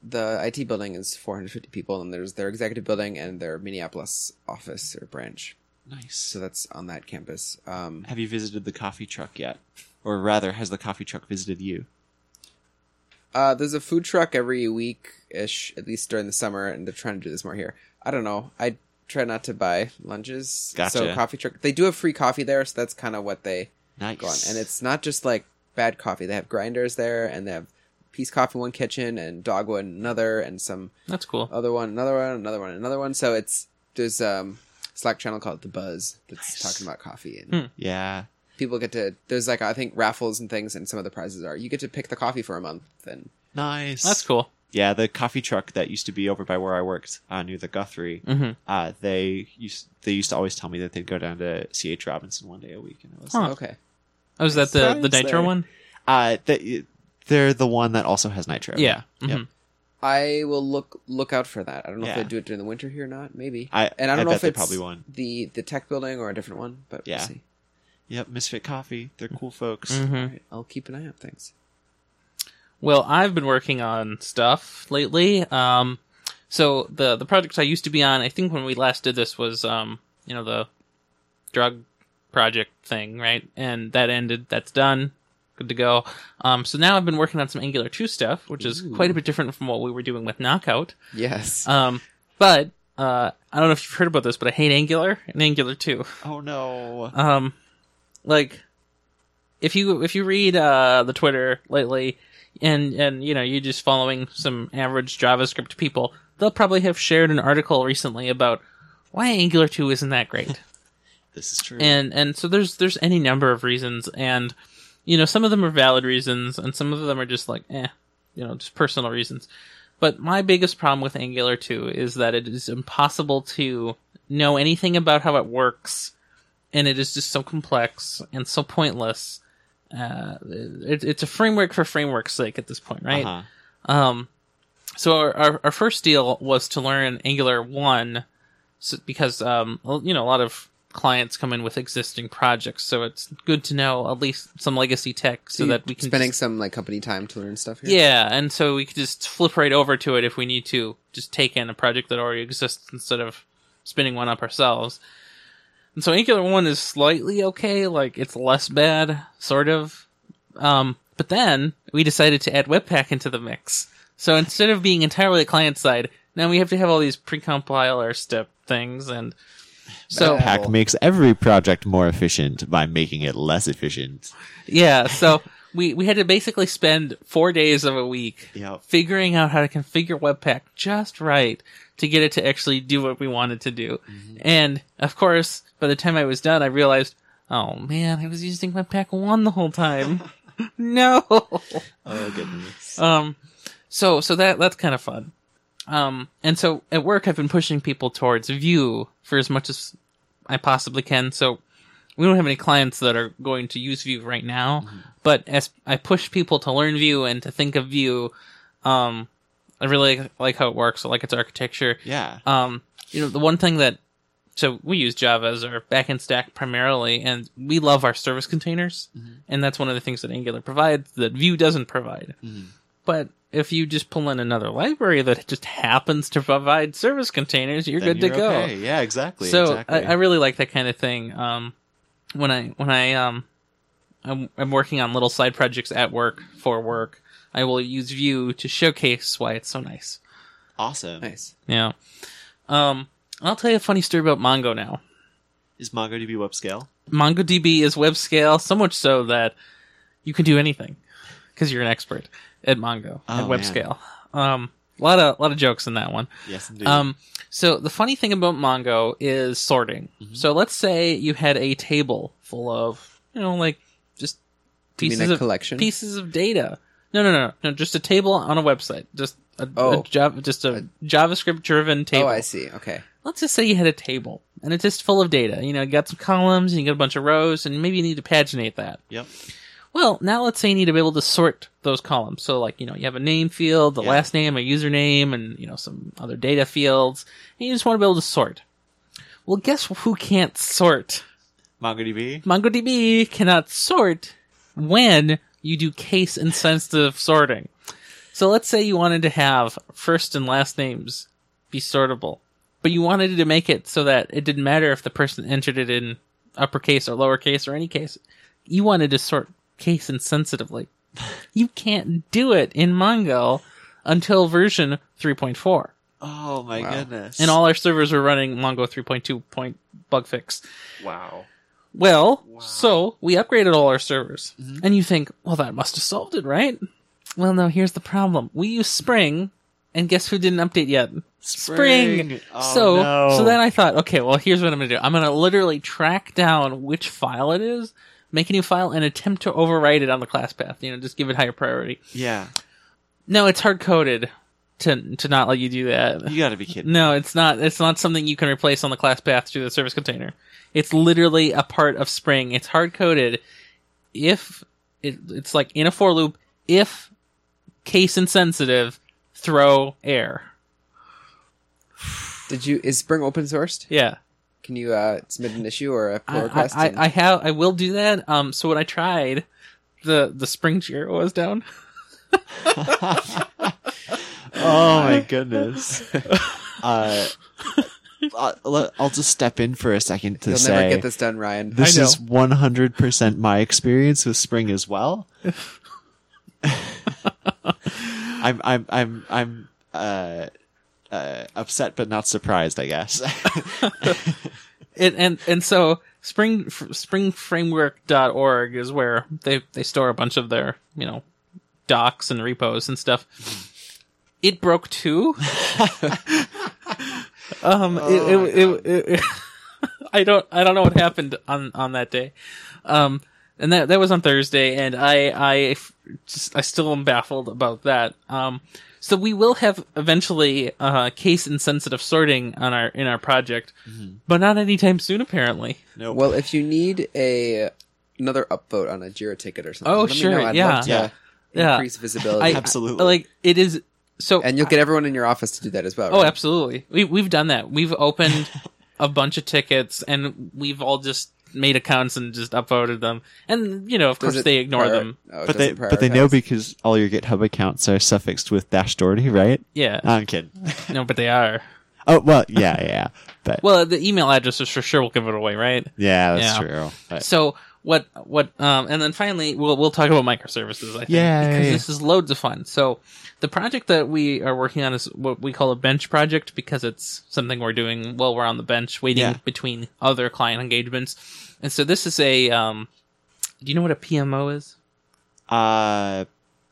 Speaker 2: The IT building is 450 people, and there's their executive building and their Minneapolis office or branch.
Speaker 1: Nice.
Speaker 2: So that's on that campus. Um,
Speaker 1: Have you visited the coffee truck yet? Or rather, has the coffee truck visited you?
Speaker 2: uh, there's a food truck every week ish, at least during the summer, and they're trying to do this more here. I don't know. I try not to buy lunches. So
Speaker 1: Gotcha.
Speaker 2: coffee truck. They do have free coffee there, so that's kind of what they
Speaker 1: Nice.
Speaker 2: go on. And it's not just like bad coffee. They have grinders there, and they have Peace Coffee in one kitchen and Dogwood in another, and some
Speaker 3: That's cool.
Speaker 2: other one, another one, another one, another one. So it's there's um Slack channel called the Buzz that's
Speaker 1: Nice.
Speaker 2: talking about coffee and
Speaker 3: Hmm.
Speaker 1: yeah.
Speaker 2: people get to there's like I think raffles and things and some of the prizes are you get to pick the coffee for a month and
Speaker 1: Nice.
Speaker 3: That's cool.
Speaker 1: Yeah, the coffee truck that used to be over by where I worked uh, near the Guthrie.
Speaker 3: hmm
Speaker 1: Uh, they used they used to always tell me that they'd go down to C. H. Robinson one day a week, and I was
Speaker 3: Huh.
Speaker 1: like,
Speaker 2: okay
Speaker 3: Oh, is that the the
Speaker 1: Sounds
Speaker 3: nitro
Speaker 1: there.
Speaker 3: one?
Speaker 1: uh, they, they're the one that also has nitro.
Speaker 3: Yeah. Mhm.
Speaker 1: Yep.
Speaker 2: I will look look out for that I don't know if
Speaker 1: Yeah.
Speaker 2: they do it during the winter here or not maybe
Speaker 1: I
Speaker 2: and I don't know
Speaker 1: bet
Speaker 2: if
Speaker 1: they
Speaker 2: it's
Speaker 1: probably won.
Speaker 2: the the tech building or a different one but
Speaker 1: Yeah.
Speaker 2: we'll see.
Speaker 1: Yep, Misfit Coffee. They're cool folks.
Speaker 3: Mhm.
Speaker 2: All right, I'll keep an eye on things
Speaker 3: Well, I've been working on stuff lately. Um, so the the project I used to be on, I think when we last did this was um, you know, the drug project thing, right? And that ended. That's done. Good to go. Um, so now I've been working on some Angular 2 stuff, which is
Speaker 2: Ooh.
Speaker 3: quite a bit different from what we were doing with Knockout.
Speaker 2: yes
Speaker 3: Um, but uh, I don't know if you've heard about this, but I hate Angular and Angular (laughs) 2
Speaker 1: Oh no.
Speaker 3: um like if you if you read uh the twitter lately and and you know you're just following some average javascript people they'll probably have shared an article recently about why angular 2 isn't that great
Speaker 1: This is true.
Speaker 3: and and so there's there's any number of reasons and you know some of them are valid reasons and some of them are just like eh you know just personal reasons but my biggest problem with angular 2 is that it is impossible to know anything about how it works and it is just so complex and so pointless uh, it, it's a framework for framework's sake at this point right
Speaker 1: Uh-huh.
Speaker 3: um, so our, our, our first deal was to learn Angular one, so, because um, well, you know a lot of clients come in with existing projects, so it's good to know at least some legacy tech so,
Speaker 2: you
Speaker 3: that we can
Speaker 2: spending
Speaker 3: just-
Speaker 2: some like company time to learn stuff here
Speaker 3: yeah, and so we could just flip right over to it if we need to just take in a project that already exists instead of spinning one up ourselves. And so Angular 1 is slightly okay, like it's less bad, sort of. Um, but then we decided to add Webpack into the mix. So instead of being entirely client side, now we have to have all these precompiler step things and so
Speaker 2: Webpack.
Speaker 1: Pack makes every project more efficient by making it less efficient.
Speaker 3: yeah, so we we had to basically spend four days of a week
Speaker 1: Yeah.
Speaker 3: figuring out how to configure Webpack just right to get it to actually do what we wanted to do. And of course, by the time I was done, I realized, oh man, I was using Webpack one the whole time. (laughs) no.
Speaker 1: Oh
Speaker 3: (sighs)
Speaker 1: goodness.
Speaker 3: Um, so so that that's kind of fun. Um, and so at work, I've been pushing people towards Vue for as much as I possibly can. So we don't have any clients that are going to use Vue right now, but as I push people to learn Vue and to think of Vue, um, I really like how it works. I like its architecture.
Speaker 1: Yeah.
Speaker 3: Um, you know, the one thing that so we use Java as our backend stack primarily, and we love our service containers,
Speaker 1: Mm-hmm.
Speaker 3: and that's one of the things that Angular provides that Vue doesn't provide.
Speaker 1: Mm-hmm.
Speaker 3: But if you just pull in another library that just happens to provide service containers, you're
Speaker 1: Then
Speaker 3: good
Speaker 1: you're
Speaker 3: to go.
Speaker 1: okay. Yeah, exactly.
Speaker 3: So
Speaker 1: exactly.
Speaker 3: I, I really like that kind of thing. Um, when I when I um, I'm, I'm working on little side projects at work for work, I will use Vue to showcase why it's so nice.
Speaker 1: awesome.
Speaker 2: Nice.
Speaker 3: Yeah. Um, I'll tell you a funny story about Mongo now.
Speaker 1: Is MongoDB web scale?
Speaker 3: MongoDB is web scale, so much so that you can do anything because you're an expert at Mongo
Speaker 1: Oh,
Speaker 3: at web
Speaker 1: man.
Speaker 3: scale. Um, a lot of lot of jokes in that one.
Speaker 1: Yes, indeed.
Speaker 3: Um, so the funny thing about Mongo is sorting.
Speaker 2: Mm-hmm.
Speaker 3: So let's say you had a table full of you know like just
Speaker 2: Do you mean
Speaker 3: pieces
Speaker 2: a
Speaker 3: of
Speaker 2: collection?
Speaker 3: pieces of data. No, no, no, no. Just a table on a website. Just a,
Speaker 2: Oh.
Speaker 3: a Java, just a JavaScript-driven table
Speaker 2: Oh, I see. Okay.
Speaker 3: let's just say you had a table and it's just full of data. You know, you got some columns and you got a bunch of rows and maybe you need to paginate that.
Speaker 1: yep.
Speaker 3: Well, now let's say you need to be able to sort those columns. So like, you know, you have a name field, the
Speaker 1: Yeah.
Speaker 3: last name, a username, and you know, some other data fields, and you just want to be able to sort. Well, guess who can't sort?
Speaker 1: MongoDB.
Speaker 3: MongoDB cannot sort when you do case insensitive sorting. So let's say you wanted to have first and last names be sortable, but you wanted to make it so that it didn't matter if the person entered it in uppercase or lowercase or any case. You wanted to sort case insensitively. (laughs) You can't do it in Mongo until version 3.4.
Speaker 1: Oh my
Speaker 2: Wow.
Speaker 1: goodness.
Speaker 3: And all our servers were running Mongo 3.2 point bug fix.
Speaker 1: Wow.
Speaker 3: Well, so we upgraded all our servers.
Speaker 1: Mm-hmm.
Speaker 3: And you think, well, that must have solved it, right? Well, no, here's the problem. We use Spring, and guess who didn't update yet?
Speaker 1: Spring. Oh,
Speaker 3: so,
Speaker 1: no.
Speaker 3: so then I thought, okay, well, here's what I'm going to do. I'm going to literally track down which file it is, make a new file, and attempt to overwrite it on the class path. You know, just give it higher priority.
Speaker 1: Yeah.
Speaker 3: No, it's hard coded to to not let you do that.
Speaker 1: You gotta be
Speaker 3: (laughs)
Speaker 1: kidding.
Speaker 3: No, it's not. It's not something you can replace on the class path through the service container. It's literally a part of Spring. It's hard coded. If it, it's like in a for loop, if case insensitive, throw air.
Speaker 2: Did you is Spring open sourced?
Speaker 3: Yeah,
Speaker 2: Can you uh, submit an issue or a pull
Speaker 3: I,
Speaker 2: request?
Speaker 3: I,
Speaker 2: and-
Speaker 3: I, I have. I will do that. Um, so when I tried, the the Spring Jira was down.
Speaker 1: Oh my goodness. (laughs) uh, I- le- I'll just step in for a second to
Speaker 2: You'll
Speaker 1: say
Speaker 2: never get this done, Ryan.
Speaker 1: this
Speaker 3: I know.
Speaker 1: is 100% my experience with spring as well. I'm I'm I'm I'm uh, uh, upset but not surprised, I guess. (laughs)
Speaker 3: It, and and so spring f- springframework.org is where they they store a bunch of their you know docs and repos and stuff it broke too (laughs) um
Speaker 1: Oh
Speaker 3: it, it, it, (laughs) it- i don't i don't know what happened on on that day um and that that was on thursday and i i f- just i still am baffled about that um so we will have eventually uh case insensitive sorting on our in our project
Speaker 2: Mm-hmm.
Speaker 3: but not anytime soon apparently
Speaker 1: nope.
Speaker 2: Well, if you need a another upvote on a Jira ticket or something,
Speaker 3: Oh,
Speaker 2: let me
Speaker 3: sure,
Speaker 2: know. I'd
Speaker 3: yeah.
Speaker 2: love to
Speaker 1: Yeah.
Speaker 3: Yeah.
Speaker 2: increase visibility.
Speaker 3: I-
Speaker 1: Absolutely.
Speaker 3: like it is so
Speaker 2: and you'll get everyone in your office to do that as well.
Speaker 3: Oh,
Speaker 2: right?
Speaker 3: absolutely. We we've done that. We've
Speaker 2: (laughs)
Speaker 3: opened a bunch of tickets and we've all just made accounts and just upvoted them. And you know, of
Speaker 2: Does
Speaker 3: course
Speaker 2: it
Speaker 3: they ignore
Speaker 2: prior-
Speaker 3: them.
Speaker 2: Oh, it
Speaker 1: but they
Speaker 2: doesn't
Speaker 1: but they know
Speaker 2: prioritize.
Speaker 1: because all your GitHub accounts are suffixed with dash Doherty, right?
Speaker 3: Yeah.
Speaker 1: No, I'm kidding.
Speaker 3: no, but they are.
Speaker 1: Oh well, yeah, yeah, but
Speaker 3: Well, the email addresses for sure will give it away, right?
Speaker 1: yeah, that's
Speaker 3: yeah.
Speaker 1: true. But-
Speaker 3: So what what um and then finally we'll we'll talk about microservices I think
Speaker 1: Yeah,
Speaker 3: because
Speaker 1: yeah, yeah.
Speaker 3: this is loads of fun. So the project that we are working on is what we call a bench project because it's something we're doing while we're on the bench waiting
Speaker 1: Yeah.
Speaker 3: between other client engagements. And so this is a um do you know what a PMO is?
Speaker 1: Uh,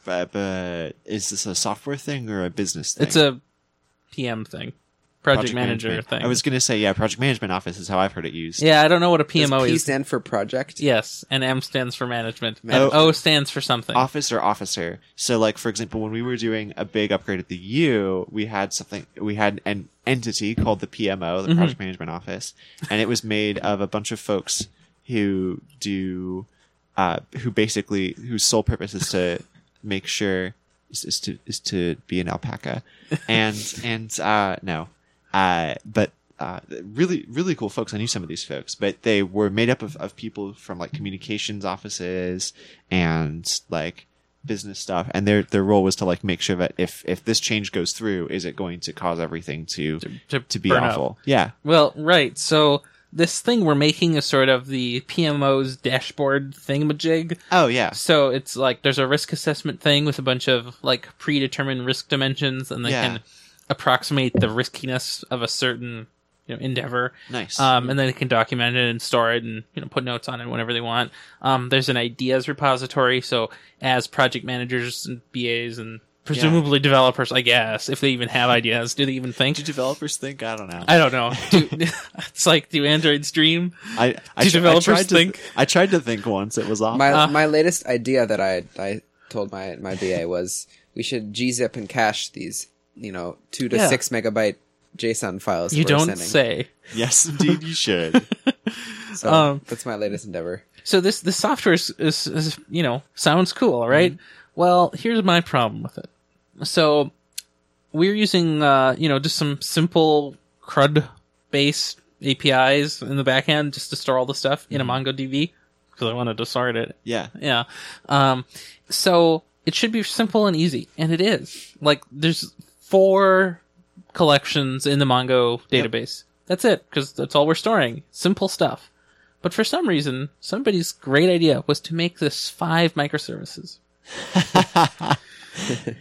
Speaker 1: but, but is this a software thing or a business thing?
Speaker 3: It's a PM thing, project, manager
Speaker 1: management.
Speaker 3: thing.
Speaker 1: I was gonna say yeah, project management office is how I've heard it used.
Speaker 3: yeah, I don't know what a
Speaker 2: Does
Speaker 3: PMO
Speaker 2: P
Speaker 3: is.
Speaker 2: stand for project?
Speaker 3: Yes, and M stands for management. And
Speaker 2: Management.
Speaker 3: O stands for something.
Speaker 1: Office or officer. So like for example, when we were doing a big upgrade at the U, we had something we had an entity called the PMO, the project management office, and it was made of a bunch of folks who do uh, who basically whose sole purpose is to make sure is, is to is to be an alpaca and and uh no uh but uh, really, really cool folks. I knew some of these folks, but they were made up of, of people from like communications offices and like business stuff. And their their role was to like make sure that if if this change goes through, is it going to cause everything to to,
Speaker 3: to,
Speaker 1: be
Speaker 3: burn up.
Speaker 1: awful? Yeah,
Speaker 3: Well, right. So this thing we're making is sort of the PMO's dashboard thingamajig.
Speaker 1: Oh yeah.
Speaker 3: So it's like there's a risk assessment thing with a bunch of like predetermined risk dimensions, and they
Speaker 1: Yeah.
Speaker 3: can approximate the riskiness of a certain you know endeavor.
Speaker 1: Nice.
Speaker 3: Um, and then they can document it and store it and you know put notes on it whenever they want. Um, there's an ideas repository, so as project managers and BAs and presumably developers, I guess if they even have ideas, do they even think?
Speaker 1: Do developers think? I don't know.
Speaker 3: I don't know. (laughs) Do, it's like do androids dream?
Speaker 1: I, I,
Speaker 3: Do
Speaker 1: tr- I
Speaker 3: developers
Speaker 1: tried to
Speaker 3: think?
Speaker 1: I tried to think once. It was off.
Speaker 2: My
Speaker 3: Uh.
Speaker 2: my latest idea that I I told my my BA was we should gzip and cache these you know two to
Speaker 3: Yeah.
Speaker 2: six megabyte JSON files.
Speaker 3: You
Speaker 2: we're
Speaker 3: don't
Speaker 2: sending.
Speaker 3: say.
Speaker 1: yes, indeed, you
Speaker 3: (laughs)
Speaker 1: should.
Speaker 2: So
Speaker 3: Um,
Speaker 2: that's my latest endeavor.
Speaker 3: so this this software is, is, is you know sounds cool right well here's my problem with it so we're using uh you know just some simple crud based apis in the backend just to store all the stuff in a mongodb because i wanted to sort it
Speaker 1: Yeah.
Speaker 3: yeah. Um, so it should be simple and easy, and it is. Like there's four collections in the Mongo database. That's it, because that's all we're storing. Simple stuff. But for some reason, somebody's great idea was to make this five microservices.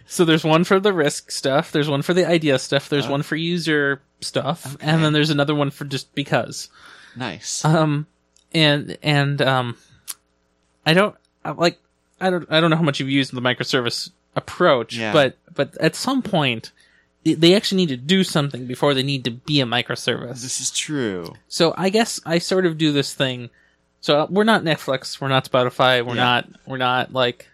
Speaker 3: so there's one for the risk stuff, there's one for the idea stuff, there's one for user stuff, and then there's another one for just because
Speaker 1: Nice.
Speaker 3: um and and um i don't I- like i don't i don't know how much you've used the microservice approach
Speaker 1: Yeah.
Speaker 3: but but at some point they- they actually need to do something before they need to be a microservice
Speaker 1: this is true.
Speaker 3: so i guess i sort of do this thing so uh, we're not netflix we're not spotify we're
Speaker 1: Yeah.
Speaker 3: not we're not like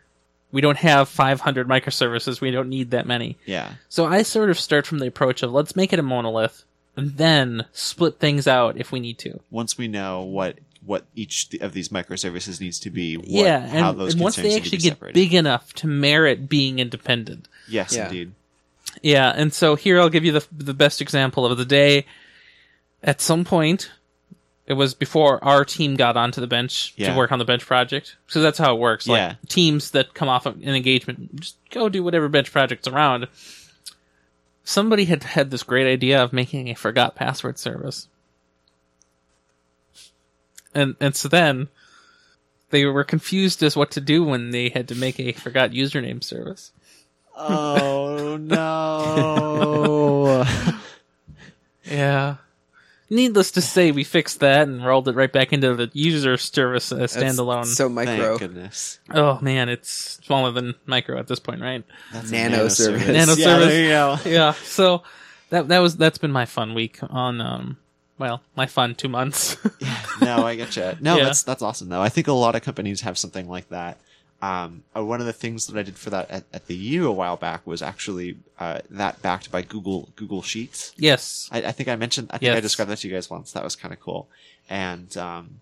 Speaker 3: we don't have 500 microservices we don't need that many
Speaker 1: Yeah.
Speaker 3: so i sort of start from the approach of let's make it a monolith and then split things out if we need to
Speaker 1: Once we know
Speaker 2: Mm-hmm.
Speaker 1: what what each th- of these microservices needs to be, what,
Speaker 3: yeah,
Speaker 1: how
Speaker 3: and,
Speaker 1: those
Speaker 3: and
Speaker 1: concerns
Speaker 3: once they
Speaker 1: need to
Speaker 3: actually
Speaker 1: be
Speaker 3: get
Speaker 1: separated.
Speaker 3: big enough to merit being independent.
Speaker 1: yes,
Speaker 2: Yeah.
Speaker 3: (laughs)
Speaker 1: indeed.
Speaker 3: Yeah, and so here I'll give you the the best example of the day. At some point, it was before our team got onto the bench
Speaker 1: Yeah.
Speaker 3: to work on the bench project. So that's how it works. Like
Speaker 1: Yeah.
Speaker 3: teams that come off of an engagement, just go do whatever bench project's around. Somebody had had this great idea of making a forgot password service. And and so then they were confused as what to do when they had to make a forgot username service.
Speaker 1: Oh no.
Speaker 3: Yeah. Needless to say, we fixed that and rolled it right back into the user service uh,
Speaker 2: That's
Speaker 3: standalone.
Speaker 2: So (laughs) micro.
Speaker 1: Thank goodness.
Speaker 3: oh man, it's smaller than micro at this point, right?
Speaker 1: That's
Speaker 2: Nano service.
Speaker 1: Nano
Speaker 3: Nano
Speaker 1: service. Yeah,
Speaker 3: service.
Speaker 1: there you
Speaker 3: (laughs)
Speaker 1: go.
Speaker 3: Yeah. So that that was that's been my fun week on um well my fun two months. (laughs)
Speaker 1: (laughs) no, I getcha. No,
Speaker 3: Yeah.
Speaker 1: that's that's awesome though. I think a lot of companies have something like that. Um, uh, one of the things that I did for that at, at the U a while back was actually uh, that backed by Google Google Sheets.
Speaker 3: yes.
Speaker 1: I, I think I mentioned. I think I
Speaker 3: Yes.
Speaker 1: described that to you guys once. That was kind of cool. And um,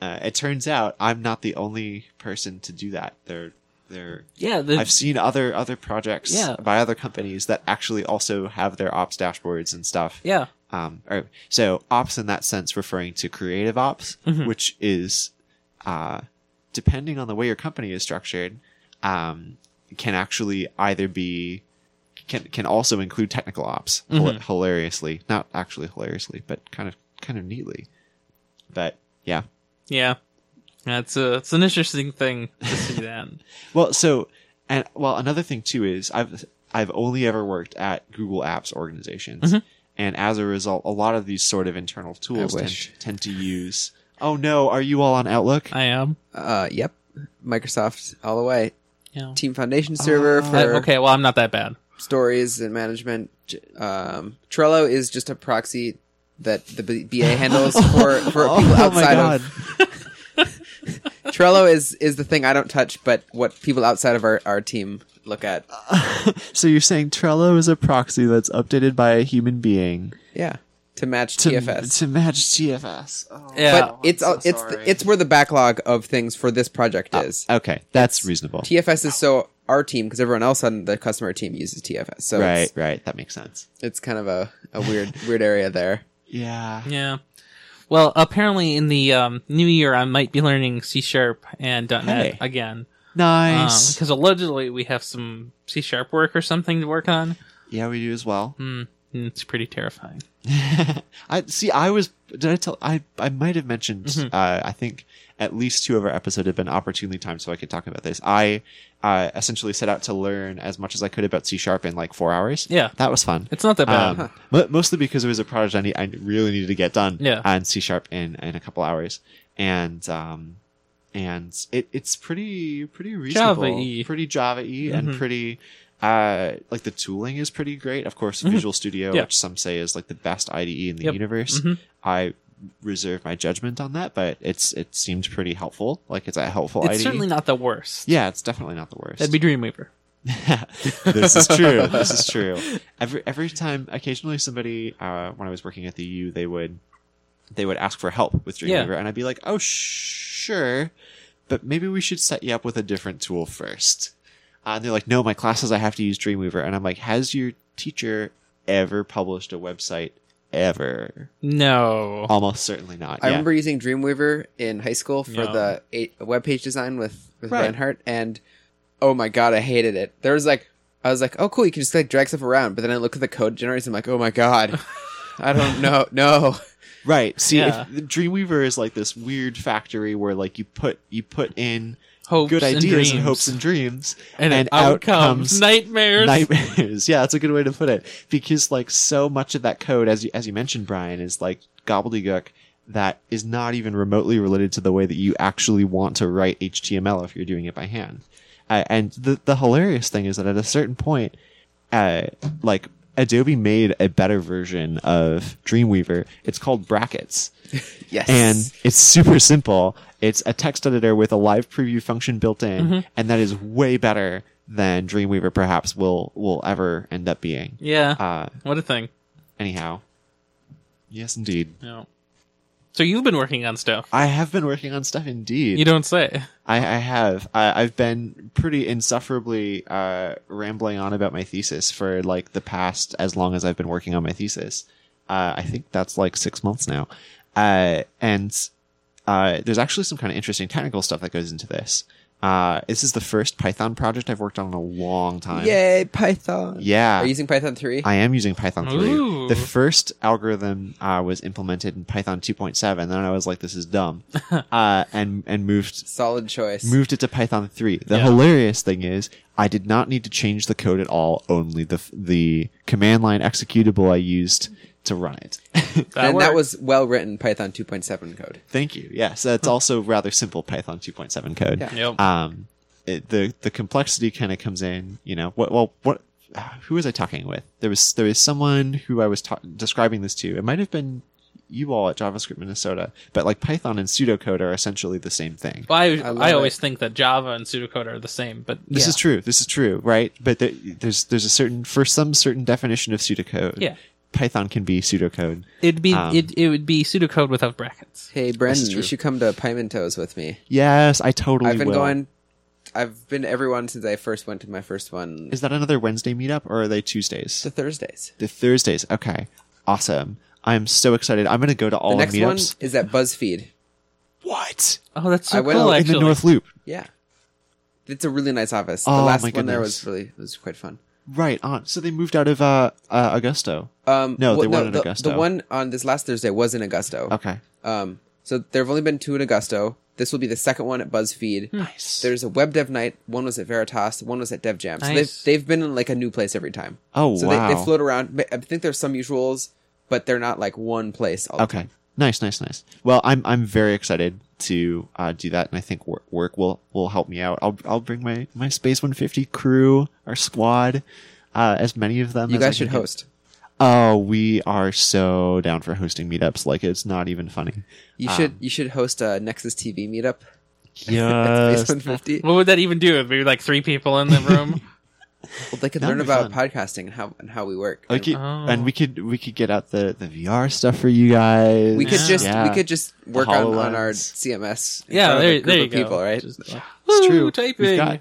Speaker 1: uh, it turns out I'm not the only person to do that. They're they're.
Speaker 3: Yeah. The,
Speaker 1: I've seen other other projects
Speaker 3: Yeah.
Speaker 1: by other companies that actually also have their ops dashboards and stuff.
Speaker 3: yeah.
Speaker 1: Um, or, so ops in that sense referring to creative ops, which is, uh, depending on the way your company is structured, um, can actually either be, can, can also include technical ops hila- hilariously, not actually hilariously, but kind of, kind of neatly. But yeah.
Speaker 3: Yeah. That's a it's an interesting thing to see (laughs) that.
Speaker 1: Well, so, and well, another thing too is I've, I've only ever worked at Google apps organizations.
Speaker 3: Mm-hmm.
Speaker 1: And as a result, a lot of these sort of internal tools
Speaker 2: wish.
Speaker 1: tend, tend to use. Oh no, are you all on Outlook?
Speaker 3: I am.
Speaker 2: Uh, yep, Microsoft all the way.
Speaker 3: Yeah.
Speaker 2: Team Foundation server
Speaker 1: Oh.
Speaker 2: for
Speaker 3: I- okay, well, I'm not that bad.
Speaker 2: stories and management. J- Um, Trello is just a proxy that the B- BA
Speaker 1: (laughs)
Speaker 2: handles for, for
Speaker 1: Oh,
Speaker 2: people
Speaker 1: my
Speaker 2: outside
Speaker 1: God.
Speaker 2: of Trello is is the thing I don't touch, but what people outside of our, our team look at.
Speaker 1: So you're saying Trello is a proxy that's updated by a human being
Speaker 2: Yeah, to match
Speaker 1: to,
Speaker 2: TFS.
Speaker 1: to match TFS. Oh,
Speaker 3: Yeah.
Speaker 2: but
Speaker 1: I'm
Speaker 2: it's
Speaker 1: so
Speaker 2: all it's
Speaker 1: sorry.
Speaker 2: the, it's where the backlog of things for this
Speaker 1: Uh,
Speaker 2: project is.
Speaker 1: okay. That's reasonable.
Speaker 2: TFS is so our team because everyone else on the customer team uses TFS. So
Speaker 1: right,
Speaker 2: it's,
Speaker 1: right. That makes sense.
Speaker 2: it's kind of a, a weird weird area there.
Speaker 1: Yeah.
Speaker 3: Yeah. Well, apparently in the um, new year, I might be learning C sharp and .NET
Speaker 1: Hey.
Speaker 3: again
Speaker 1: Nice.
Speaker 3: because Um, allegedly we have some C sharp work or something to work on.
Speaker 1: yeah, we do as well.
Speaker 3: And it's pretty terrifying.
Speaker 1: I see. I was. Did I tell? I I might have mentioned. Uh, I think at least two of our episodes have been opportunely timed, so I could talk about this. I uh, essentially set out to learn as much as I could about C sharp in like four hours.
Speaker 3: Yeah.
Speaker 1: that was fun.
Speaker 3: It's not that bad.
Speaker 1: Um, (laughs) mo- mostly because it was a project I, need, I really needed to get done.
Speaker 3: Yeah.
Speaker 1: on C sharp in in a couple hours, and um, and it, it's pretty pretty reasonable,
Speaker 3: Java-y. Mm-hmm.
Speaker 1: pretty Java y, and pretty uh, like the tooling is pretty great. Of course, Visual Studio,
Speaker 3: Mm-hmm. Yeah.
Speaker 1: which some say is like the best IDE in the
Speaker 3: Yep. Mm-hmm.
Speaker 1: universe. I reserve my judgment on that, but it's it seemed pretty helpful. Like it's a helpful
Speaker 3: it's
Speaker 1: IDE.
Speaker 3: certainly not the worst.
Speaker 1: yeah, it's definitely not the worst.
Speaker 3: That'd be Dreamweaver.
Speaker 1: this is true. (laughs) This is true. Every every time, occasionally somebody, uh, when I was working at the U, they would they would ask for help with Dreamweaver,
Speaker 3: Yeah.
Speaker 1: and I'd be like, "Oh, sure, but maybe we should set you up with a different tool first. Uh, and they're like, "No, my classes, I have to use Dreamweaver," and I'm like, "Has your teacher ever published a website?" Ever,
Speaker 3: No.
Speaker 1: almost certainly not.
Speaker 2: I
Speaker 1: Yeah.
Speaker 2: remember using Dreamweaver in high school for
Speaker 3: Yeah.
Speaker 2: the eight, webpage design with, with
Speaker 1: Right.
Speaker 2: Reinhardt, and oh my god, I hated it. There was like, I was like, oh cool, you can just like drag stuff around, but then I look at the code generators, I'm like, oh my
Speaker 1: (laughs)
Speaker 2: god, I don't know, no,
Speaker 1: right? See, if-
Speaker 3: Yeah.
Speaker 1: Dreamweaver is like this weird factory where like you put you put in
Speaker 3: Hopes
Speaker 1: good
Speaker 3: and
Speaker 1: ideas
Speaker 3: dreams.
Speaker 1: and hopes and dreams,
Speaker 3: and, it out comes nightmares.
Speaker 1: nightmares. (laughs) Yeah, that's a good way to put it. Because like so much of that code, as you as you mentioned, Brian, is like gobbledygook that is not even remotely related to the way that you actually want to write HTML if you're doing it by hand. Uh, and the the hilarious thing is that at a certain point, uh, like Adobe made a better version of Dreamweaver. It's called Brackets
Speaker 2: yes,
Speaker 1: and it's super simple. It's a text editor with a live preview function built in, and that is way better than Dreamweaver perhaps will will ever end up being.
Speaker 3: yeah.
Speaker 1: Uh,
Speaker 3: what a thing.
Speaker 1: anyhow, yes, indeed,
Speaker 3: Yeah. So you've been working on stuff.
Speaker 1: I have been working on stuff. Indeed,
Speaker 3: You don't say.
Speaker 1: I, I have. I, I've been pretty insufferably uh, rambling on about my thesis for like the past as long as I've been working on my thesis. Uh, I think that's like six months now, uh, and uh, there's actually some kind of interesting technical stuff that goes into this. Uh, this is the first Python project I've worked on in a long time.
Speaker 2: yay Python,
Speaker 1: Yeah.
Speaker 2: are you using Python three?
Speaker 1: I am using Python 3.
Speaker 3: Ooh.
Speaker 1: The first algorithm uh, was implemented in Python 2.7. Then I was like, this is dumb. uh, and, and moved
Speaker 2: Solid choice.
Speaker 1: moved it to Python 3. The
Speaker 3: Yeah.
Speaker 1: hilarious thing is, I did not need to change the code at all. Only the the command line executable I used to run it.
Speaker 3: That
Speaker 2: and that
Speaker 3: worked.
Speaker 2: was well written Python 2.7 code.
Speaker 1: Thank you. Yes, that's also rather simple Python 2.7 code.
Speaker 2: Yeah.
Speaker 3: Yep.
Speaker 1: Um, it, the the complexity kind of comes in. You know, what? Well, what? Who was I talking with? There was there was someone who I was ta- describing this to. It might have been you all at JavaScript Minnesota, but like Python and pseudocode are essentially the same thing.
Speaker 3: Well, I,
Speaker 2: love
Speaker 3: I,
Speaker 2: it.
Speaker 3: always think that Java and pseudocode are the same, but
Speaker 1: This
Speaker 3: yeah.
Speaker 1: is true. This is true, right? But there, there's there's a certain for some certain definition of pseudocode.
Speaker 3: Yeah.
Speaker 1: Python can be pseudocode.
Speaker 3: It'd be
Speaker 1: Um,
Speaker 3: it, it would be pseudocode without brackets.
Speaker 2: Hey
Speaker 1: That's
Speaker 2: Brendan,
Speaker 1: true.
Speaker 2: you should come to Pimentos with me.
Speaker 1: Yes, I totally.
Speaker 2: I've been
Speaker 1: will.
Speaker 2: going. I've been to everyone since I first went to my first one.
Speaker 1: Is that another Wednesday meetup or are they Tuesdays?
Speaker 2: the Thursdays.
Speaker 1: The Thursdays. Okay, awesome. I'm so excited. I'm gonna go to all
Speaker 2: The
Speaker 1: the
Speaker 2: next one
Speaker 1: meetups.
Speaker 2: is at BuzzFeed.
Speaker 1: What
Speaker 3: Oh, that's so
Speaker 2: I went
Speaker 3: cool.
Speaker 2: out
Speaker 1: in
Speaker 3: Actually,
Speaker 1: the North Loop?
Speaker 2: Yeah, it's a really nice office. the
Speaker 1: Oh,
Speaker 2: last
Speaker 1: my
Speaker 2: one there
Speaker 1: goodness.
Speaker 2: was really was quite fun.
Speaker 1: Right on. So they moved out of uh, uh Augusto.
Speaker 2: Um,
Speaker 1: No, they weren't in
Speaker 2: the,
Speaker 1: Augusto.
Speaker 2: The one on this last Thursday was in Augusto.
Speaker 1: Okay.
Speaker 2: Um, so there have only been two in Augusto. This will be the second one at BuzzFeed.
Speaker 1: Nice.
Speaker 2: There's a web dev night. One was at Veritas. One was at Dev Jam. So
Speaker 3: Nice.
Speaker 2: they've they've been in like a new place every time.
Speaker 1: Oh,
Speaker 2: so they,
Speaker 1: wow.
Speaker 2: they float around. I think there's some usuals, but they're not like one place. All the
Speaker 1: Okay. Nice, nice, nice. Well, I'm I'm very excited to uh, do that, and I think work, work will will help me out. I'll I'll bring my my Space 150 crew, our squad, uh, as many of them.
Speaker 2: You
Speaker 1: as I
Speaker 2: guys should
Speaker 1: can get.
Speaker 2: host.
Speaker 1: Oh, we are so down for hosting meetups. Like it's not
Speaker 2: (laughs)
Speaker 1: even funny.
Speaker 2: You
Speaker 1: Um,
Speaker 2: should you should host a Nexus TV meetup. at Space
Speaker 1: Yes.
Speaker 2: 150.
Speaker 3: What would that even do? Maybe like three
Speaker 1: (laughs)
Speaker 3: people in the room.
Speaker 2: Well, they could
Speaker 1: That'd
Speaker 2: learn
Speaker 1: be
Speaker 2: about podcasting and how and how we work.
Speaker 1: okay,
Speaker 3: Oh.
Speaker 1: and we could we could get out the the VR stuff for you guys.
Speaker 2: We could
Speaker 3: Yeah.
Speaker 2: just
Speaker 1: Yeah.
Speaker 2: we could just work on, on
Speaker 1: HoloLens.
Speaker 2: our CMS. in
Speaker 3: yeah,
Speaker 2: front of a
Speaker 3: there,
Speaker 2: group
Speaker 3: there you
Speaker 2: of
Speaker 3: go.
Speaker 2: people, right?
Speaker 3: Just,
Speaker 1: It's
Speaker 3: (gasps) "Woo,
Speaker 1: true.
Speaker 3: Typing.
Speaker 1: We've got-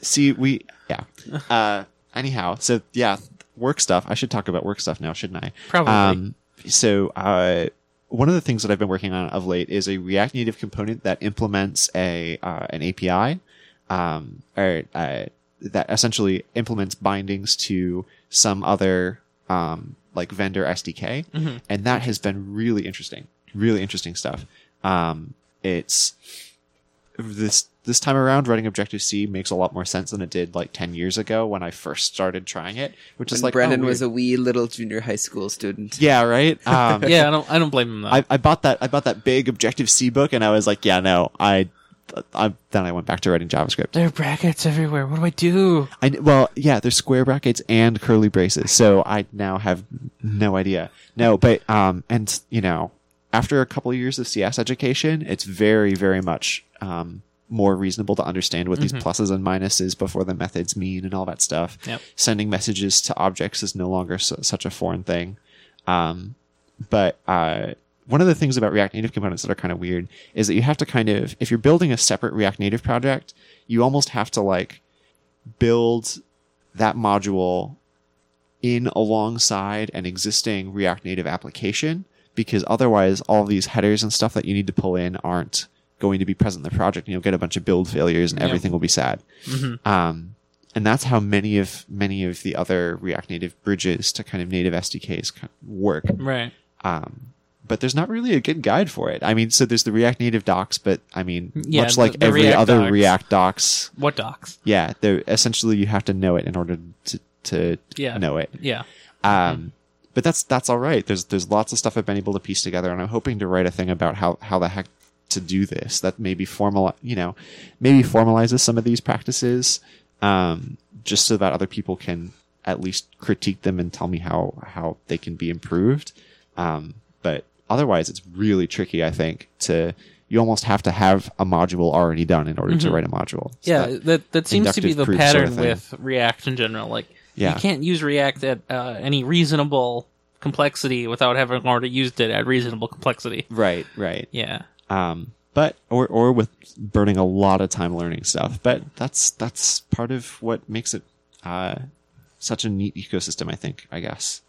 Speaker 1: see, we yeah. Uh, anyhow, so yeah, work stuff. I should talk about work stuff now, shouldn't I? Um,
Speaker 3: Probably.
Speaker 1: so uh, one of the things that I've been working on of late is a React Native component that implements a uh, an API, um, or uh, that essentially implements bindings to some other um, like vendor SDK,
Speaker 3: Mhm.
Speaker 1: and that has been really interesting, really interesting stuff. Um, it's this this time around writing Objective C makes a lot more sense than it did like ten years ago when I first started trying it, which
Speaker 2: When
Speaker 1: is like
Speaker 2: Brendan
Speaker 1: oh,
Speaker 2: was
Speaker 1: weird.
Speaker 2: a wee little junior high school student. (laughs)
Speaker 1: yeah right um,
Speaker 3: yeah, I don't. I don't blame him though.
Speaker 1: I, I bought that I bought that big Objective C book, and I was like, yeah, no, I, I then I went back to writing JavaScript.
Speaker 3: there are brackets everywhere. What do I do?
Speaker 1: I well, yeah, there's square brackets and curly braces, so I now have no idea. No, but um, and you know, after a couple of years of CS education, it's very very much um more reasonable to understand what these pluses and minuses before the methods mean and all that stuff.
Speaker 3: Yep.
Speaker 1: Sending messages to objects is no longer su- such a foreign thing. Um, but uh, one of the things about React Native components that are kind of weird is that you have to kind of, if you're building a separate React Native project, you almost have to like build that module in alongside an existing React Native application because otherwise all these headers and stuff that you need to pull in aren't going to be present in the project and you'll get a bunch of build failures and
Speaker 3: Yeah. Mm-hmm.
Speaker 1: everything will be sad. Um, and that's how many of many of the other React Native bridges to kind of native SDKs kind of work.
Speaker 3: Right.
Speaker 1: Um, but there's not really a good guide for it. I mean, so there's the React Native docs, but I mean,
Speaker 3: Yeah,
Speaker 1: much
Speaker 3: the-
Speaker 1: like
Speaker 3: the
Speaker 1: every
Speaker 3: React
Speaker 1: other
Speaker 3: docs.
Speaker 1: React docs,
Speaker 3: What docs?
Speaker 1: yeah, they're essentially you have to know it in order to to
Speaker 3: Yeah. Mm-hmm.
Speaker 1: know it.
Speaker 3: Yeah.
Speaker 1: Um, but that's that's all right. There's there's lots of stuff I've been able to piece together, and I'm hoping to write a thing about how how the heck to do this that maybe formal you know maybe formalizes some of these practices, um, just so that other people can at least critique them and tell me how how they can be improved. Um, but otherwise, it's really tricky. I think to you almost have to have a module already done in order to write a module. So
Speaker 3: Mm-hmm. yeah,
Speaker 1: that-
Speaker 3: that, that, seems to be
Speaker 1: inductive
Speaker 3: the
Speaker 1: proof sort
Speaker 3: pattern
Speaker 1: of thing.
Speaker 3: with React in general. Like,
Speaker 1: Yeah.
Speaker 3: you can't use React at uh, any reasonable complexity without having already used it at reasonable complexity.
Speaker 1: right, right.
Speaker 3: Yeah.
Speaker 1: um, but or or with burning a lot of time learning stuff. But that's that's part of what makes it uh, such a neat ecosystem. I think. I guess.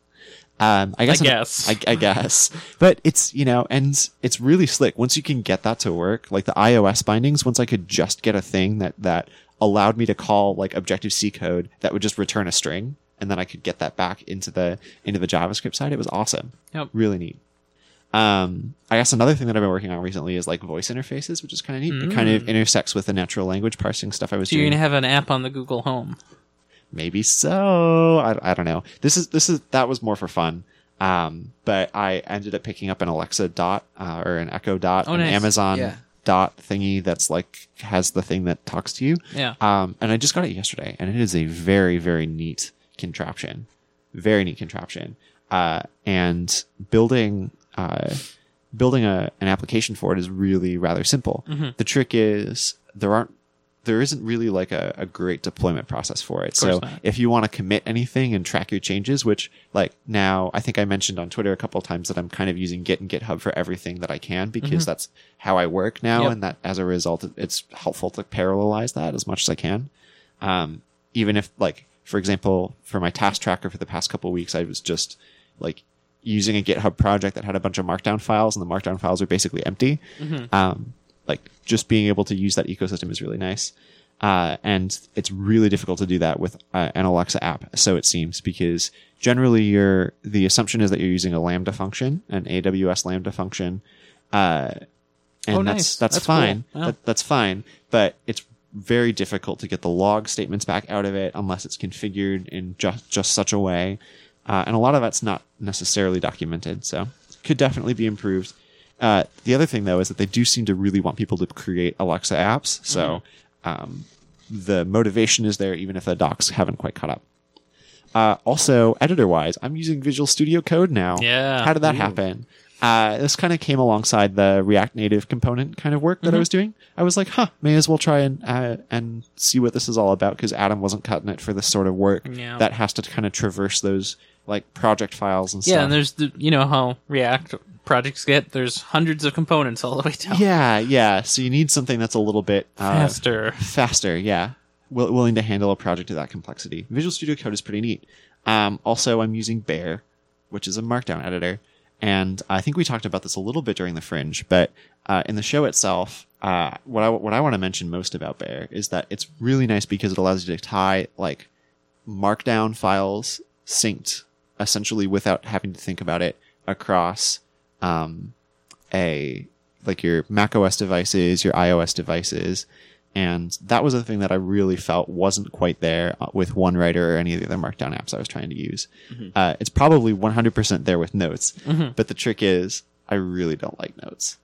Speaker 1: Um, I guess.
Speaker 3: I guess.
Speaker 1: I, I guess. But it's you know, and it's really slick once you can get that to work. Like the iOS bindings. Once I could just get a thing that that allowed me to call like Objective C code that would just return a string, and then I could get that back into the into the JavaScript side. It was awesome
Speaker 3: Yep.
Speaker 1: really neat. Um, I guess another thing that I've been working on recently is like voice interfaces, which is kind of neat. It kind of intersects with the natural language parsing stuff I was
Speaker 3: Mm. So you're
Speaker 1: doing.
Speaker 3: gonna have an app on the Google Home.
Speaker 1: Maybe so. I, I don't know. This is this is that was more for fun. Um, but I ended up picking up an Alexa dot uh, or an Echo dot,
Speaker 3: Oh,
Speaker 1: an
Speaker 3: nice.
Speaker 1: Amazon
Speaker 2: Yeah.
Speaker 1: dot thingy that's like has the thing that talks to you.
Speaker 3: Yeah.
Speaker 1: Um, and I just got it yesterday, and it is a very, very neat contraption. Very neat contraption. Uh, and building uh, building a, an application for it is really rather simple.
Speaker 3: Mm-hmm.
Speaker 1: The trick is there aren't there isn't really like a, a great deployment process for it. So
Speaker 3: course not.
Speaker 1: if you want to commit anything and track your changes, which like now I think I mentioned on Twitter a couple of times that I'm kind of using Git and GitHub for everything that I can because that's how I work now,
Speaker 3: Mm-hmm. Yep.
Speaker 1: and that as a result, it- it's helpful to parallelize that as much as I can. Um, even if like for example, for my task tracker for the past couple of weeks, I was just like using a GitHub project that had a bunch of markdown files, and the markdown files are basically empty. Um, like just being able to use that ecosystem is really nice. Uh, and it's really difficult to do that with uh, an Alexa app, so it seems, because generally you're, the assumption is that you're using a Lambda function, an AWS Lambda function, uh, and
Speaker 3: Oh,
Speaker 1: that's,
Speaker 3: nice.
Speaker 1: that's
Speaker 3: That's cool.
Speaker 1: fine.
Speaker 3: Yeah.
Speaker 1: That- that's fine, but it's very difficult to get the log statements back out of it unless it's configured in just just such a way, uh, and a lot of that's not necessarily documented. So could definitely be improved. Uh, the other thing though is that they do seem to really want people to create Alexa apps, so
Speaker 3: Mm-hmm.
Speaker 1: um, the motivation is there, even if the docs haven't quite caught up. Uh, also, editor-wise, I'm using Visual Studio Code now.
Speaker 3: Yeah.
Speaker 1: How did that happen? Uh, this kind of came alongside the React Native component kind of work
Speaker 3: Mm-hmm.
Speaker 1: that I was doing. I was like, huh, may as well try and uh, and see what this is all about because Adam wasn't cutting it for this sort of work
Speaker 3: Yeah.
Speaker 1: that has to kind of traverse those like project files and
Speaker 3: Yeah,
Speaker 1: stuff.
Speaker 3: and there's the you know how React projects get. There's hundreds of components all the way down.
Speaker 1: yeah, yeah. So you need something that's a little bit uh,
Speaker 3: Faster.
Speaker 1: faster yeah will, willing to handle a project of that complexity visual studio code is pretty neat um, also i'm using bear which is a markdown editor and i think we talked about this a little bit during the fringe but uh, in the show itself uh, what i, what I want to mention most about bear is that it's really nice because it allows you to tie like markdown files synced essentially without having to think about it across um, a like your Mac OS devices, your iOS devices, and that was a thing that I really felt wasn't quite there uh, with OneWriter or any of the other Markdown apps I was trying to use.
Speaker 3: Mm-hmm.
Speaker 1: Uh, it's probably 100% there with Notes, but the trick is I really don't like Notes.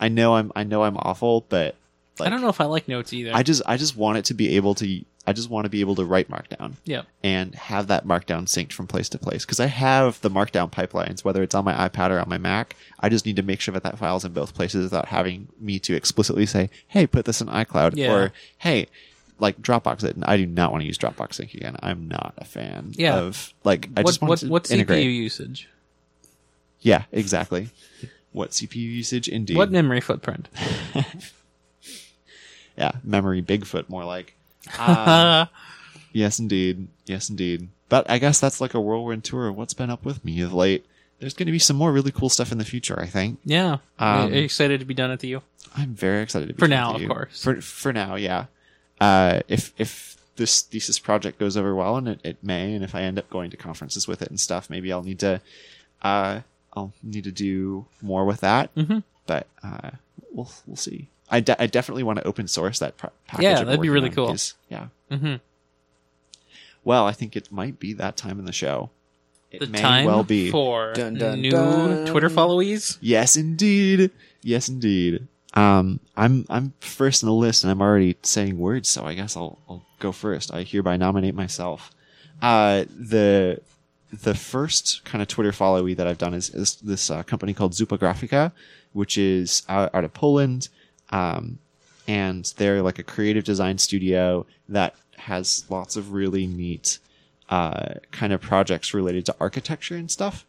Speaker 1: I know I'm I know I'm awful, but like,
Speaker 3: Hmm. I don't know if I like notes either.
Speaker 1: I just I just want it to be able to I just want to be able to write Markdown
Speaker 3: yeah.
Speaker 1: and have that markdown synced from place to place because I have the markdown pipelines, whether it's on my iPad or on my Mac. I just need to make sure that that file's in both places without having me to explicitly say, "Hey, put this in iCloud,"
Speaker 3: Yeah.
Speaker 1: or "Hey." Like Dropbox, it, and I do not want to use Dropbox Sync again. I'm not a fan
Speaker 3: Yeah.
Speaker 1: of like. I
Speaker 3: what
Speaker 1: just want
Speaker 3: what
Speaker 1: to
Speaker 3: what
Speaker 1: integrate.
Speaker 3: CPU usage?
Speaker 1: Yeah, exactly. What CPU usage? Indeed.
Speaker 3: What memory footprint?
Speaker 1: yeah, memory Bigfoot, more like. Um,
Speaker 3: Uh,
Speaker 1: Yes, indeed. Yes, indeed. But I guess that's like a whirlwind tour of what's been up with me of late. There's going to be some more really cool stuff in the future, I think.
Speaker 3: yeah.
Speaker 1: Um,
Speaker 3: Are you excited to be done at the U?
Speaker 1: I'm very excited to be
Speaker 3: For
Speaker 1: with
Speaker 3: now, of
Speaker 1: you.
Speaker 3: course.
Speaker 1: For for now, yeah. Uh, if if this thesis project goes over well, and it, it may, and if I end up going to conferences with it and stuff, maybe I'll need to, uh, I'll need to do more with that. Mm-hmm. But uh, we'll we'll see. I, de- I definitely want to open source that pro- package.
Speaker 3: Yeah,
Speaker 1: I'm
Speaker 3: that'd be
Speaker 1: working
Speaker 3: really
Speaker 1: on,
Speaker 3: cool.
Speaker 1: 'cause- Yeah.
Speaker 3: Mhm.
Speaker 1: Well, I think it might be that time in the show. It
Speaker 3: The
Speaker 1: may
Speaker 3: time
Speaker 1: well be.
Speaker 3: for
Speaker 2: Dun, dun,
Speaker 3: new
Speaker 2: dun.
Speaker 3: Twitter followees.
Speaker 1: Yes, indeed. Yes, indeed. Um, I'm I'm first in the list, and I'm already saying words, so I guess I'll I'll go first. I hereby nominate myself. Uh, the the first kind of Twitter followy that I've done is, is this uh, company called Zupa Grafica, which is out, out of Poland. Um, and they're like a creative design studio that has lots of really neat uh, kind of projects related to architecture and stuff.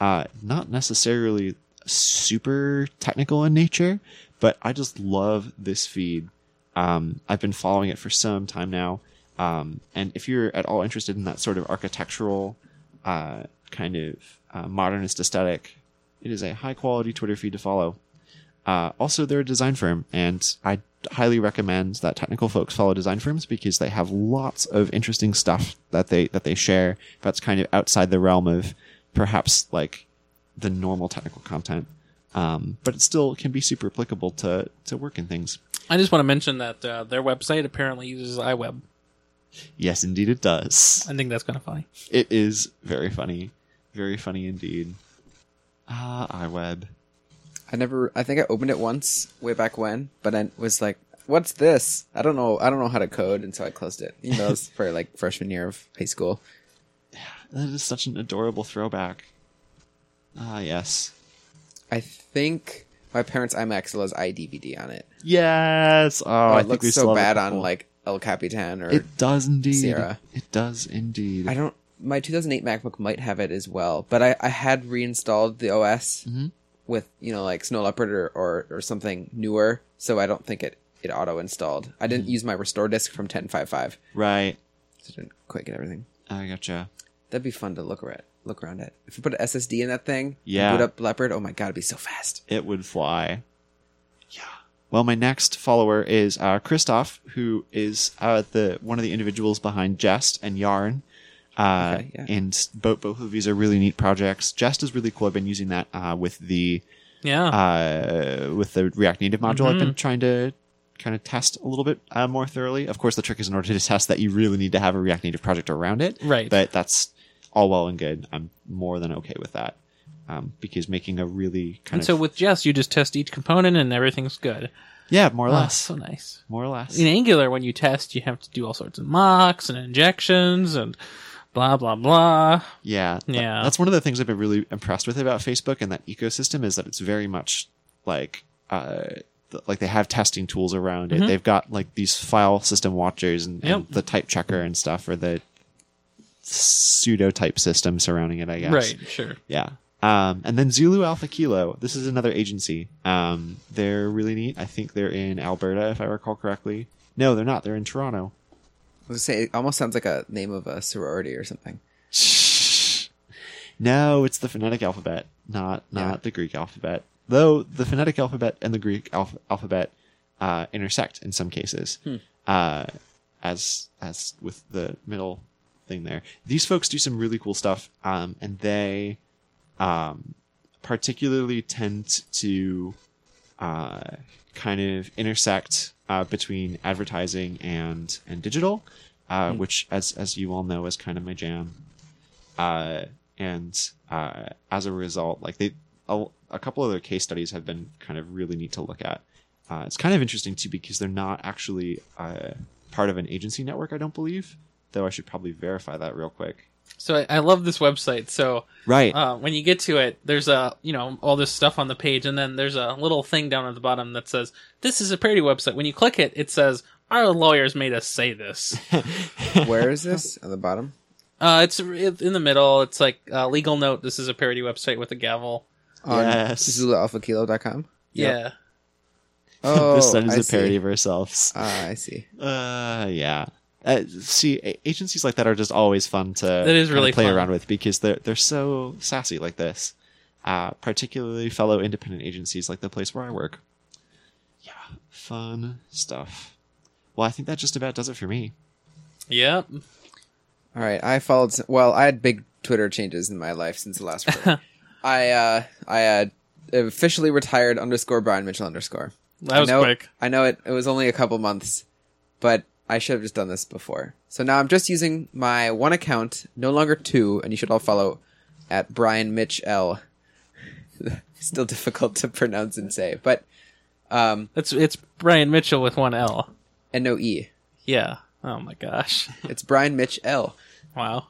Speaker 1: Uh, not necessarily super technical in nature, but I just love this feed. Um, I've been following it for some time now. Um, and if you're at all interested in that sort of architectural uh, kind of uh, modernist aesthetic, it is a high quality Twitter feed to follow. Uh, also, they're a design firm, and I highly recommend that technical folks follow design firms because they have lots of interesting stuff that they that they share that's kind of outside the realm of perhaps like the normal technical content. Um, but it still can be super applicable to to work and things.
Speaker 3: I just want to mention that uh, their website apparently uses iWeb.
Speaker 1: Yes, indeed, it does.
Speaker 3: I think that's kind of funny.
Speaker 1: It is very funny, very funny indeed. Ah, iWeb.
Speaker 2: I never. I think I opened it once way back when, but I was like, "What's this? I don't know. I don't know how to code," and so I closed it. You know,
Speaker 1: (laughs)
Speaker 2: it was for like freshman year of high school.
Speaker 1: That is such an adorable throwback. Ah, yes.
Speaker 2: I think my parents' iMac still has iDVD on it.
Speaker 1: Yes. Oh,
Speaker 2: Oh,
Speaker 1: I
Speaker 2: it
Speaker 1: think we
Speaker 2: looks
Speaker 1: still
Speaker 2: so
Speaker 1: have
Speaker 2: bad
Speaker 1: a
Speaker 2: on
Speaker 1: couple.
Speaker 2: like El Capitan or
Speaker 1: It does indeed.
Speaker 2: Sierra.
Speaker 1: It does indeed.
Speaker 2: I don't. My 2008 MacBook might have it as well, but I, I had reinstalled the OS
Speaker 1: Mm-hmm.
Speaker 2: with you know like Snow Leopard or, or, or something newer, so I don't think it it auto installed. I
Speaker 1: Mm-hmm.
Speaker 2: didn't use my restore disk from 10.5.5,
Speaker 1: Right.
Speaker 2: so it didn't quit and everything.
Speaker 1: I gotcha.
Speaker 2: That'd be fun to look around. Look around at. If you put an SSD in that thing, and
Speaker 1: Yeah.
Speaker 2: boot up Leopard. Oh my god, it'd be so fast.
Speaker 1: It would fly. Yeah. Well, my next follower is uh, Christoph, who is uh, the one of the individuals behind Jest and Yarn. Uh,
Speaker 2: Okay, yeah.
Speaker 1: And both both of these are really neat projects. Jest is really cool. I've been using that uh, with the
Speaker 3: Yeah.
Speaker 1: uh, with the React Native module, I've
Speaker 3: Mm-hmm.
Speaker 1: been trying to kind of test a little bit uh, more thoroughly. Of course, the trick is in order to test that you really need to have a React Native project around it.
Speaker 3: Right.
Speaker 1: But that's all well and good. I'm more than okay with that. um, because making a really kind
Speaker 3: and
Speaker 1: of
Speaker 3: so with Jest, you just test each component and everything's good.
Speaker 1: yeah, more or
Speaker 3: Oh,
Speaker 1: less,
Speaker 3: so nice.
Speaker 1: more or less.
Speaker 3: In Angular, when you test, you have to do all sorts of mocks and injections and blah blah blah.
Speaker 1: Yeah, tha-
Speaker 3: Yeah.
Speaker 1: That's one of the things I've been really impressed with about Facebook and that ecosystem is that it's very much like uh, th- like they have testing tools around it. They've got like these file system watchers and, and
Speaker 3: Mm-hmm. Yep.
Speaker 1: the type checker and stuff, or the pseudo type system surrounding it. I guess
Speaker 3: Right, sure.
Speaker 1: yeah. Um, and then Zulu Alpha Kilo. This is another agency. Um, they're really neat. I think they're in Alberta, if I recall correctly. No, they're not. They're in Toronto.
Speaker 2: I was gonna say it almost sounds like a name of a sorority or
Speaker 1: (laughs)
Speaker 2: something.
Speaker 1: No, it's the phonetic alphabet, not not
Speaker 2: Yeah.
Speaker 1: the Greek alphabet. Though the phonetic alphabet and the Greek alph- alphabet uh, intersect in some cases, uh, as as with the middle thing there. These folks do some really cool stuff, um, and they um, particularly tend to uh, kind of intersect uh, between advertising and and digital, uh, which, as as you all know, is kind of my jam uh, and uh, as a result, like they a, a couple of their case studies have been kind of really neat to look at. Uh, it's kind of interesting too because they're not actually uh, part of an agency network, I don't believe. Though I should probably verify that real quick.
Speaker 3: So I, I love this website. So
Speaker 1: Right.
Speaker 3: uh, when you get to it, there's a you know all this stuff on the page, and then there's a little thing down at the bottom that says this is a parody website. When you click it, it says our lawyers made us
Speaker 2: (laughs)
Speaker 3: say this.
Speaker 2: Where is this on the bottom?
Speaker 3: uh, it's r- in the middle. It's like uh, legal note. This is a parody website with a gavel.
Speaker 2: On
Speaker 1: Yes.
Speaker 2: ZuluAlphaKilo.com.
Speaker 3: Yeah.
Speaker 2: Oh,
Speaker 1: (laughs) (laughs) this son is
Speaker 2: I
Speaker 1: a parody
Speaker 2: See.
Speaker 1: of ourselves.
Speaker 2: Ah, I see.
Speaker 1: Uh, yeah. Uh, see, a- agencies like that are just always fun to
Speaker 3: That is
Speaker 1: kinda
Speaker 3: really
Speaker 1: play
Speaker 3: fun.
Speaker 1: around with because they're they're so sassy like this. Uh, particularly fellow independent agencies like the place where I work. Yeah, fun stuff. Well, I think that just about does it for me.
Speaker 3: Yep.
Speaker 2: All right, I followed. Some, well, I had big Twitter changes in my life since the last
Speaker 3: (laughs)
Speaker 2: one. I uh, I uh, officially retired underscore Brian Mitchell underscore.
Speaker 3: That was
Speaker 2: I know,
Speaker 3: quick.
Speaker 2: I know it. It was only a couple months, but I should have just done this before. So now I'm just using my one account, no longer two, and you should all follow at Brian Mitch L. (laughs) Still difficult to pronounce and say, but um,
Speaker 3: It's it's Brian Mitchell with one L.
Speaker 2: and no e.
Speaker 3: Yeah. Oh
Speaker 2: (laughs)
Speaker 3: my gosh.
Speaker 2: It's Brian Mitch L.
Speaker 3: Wow.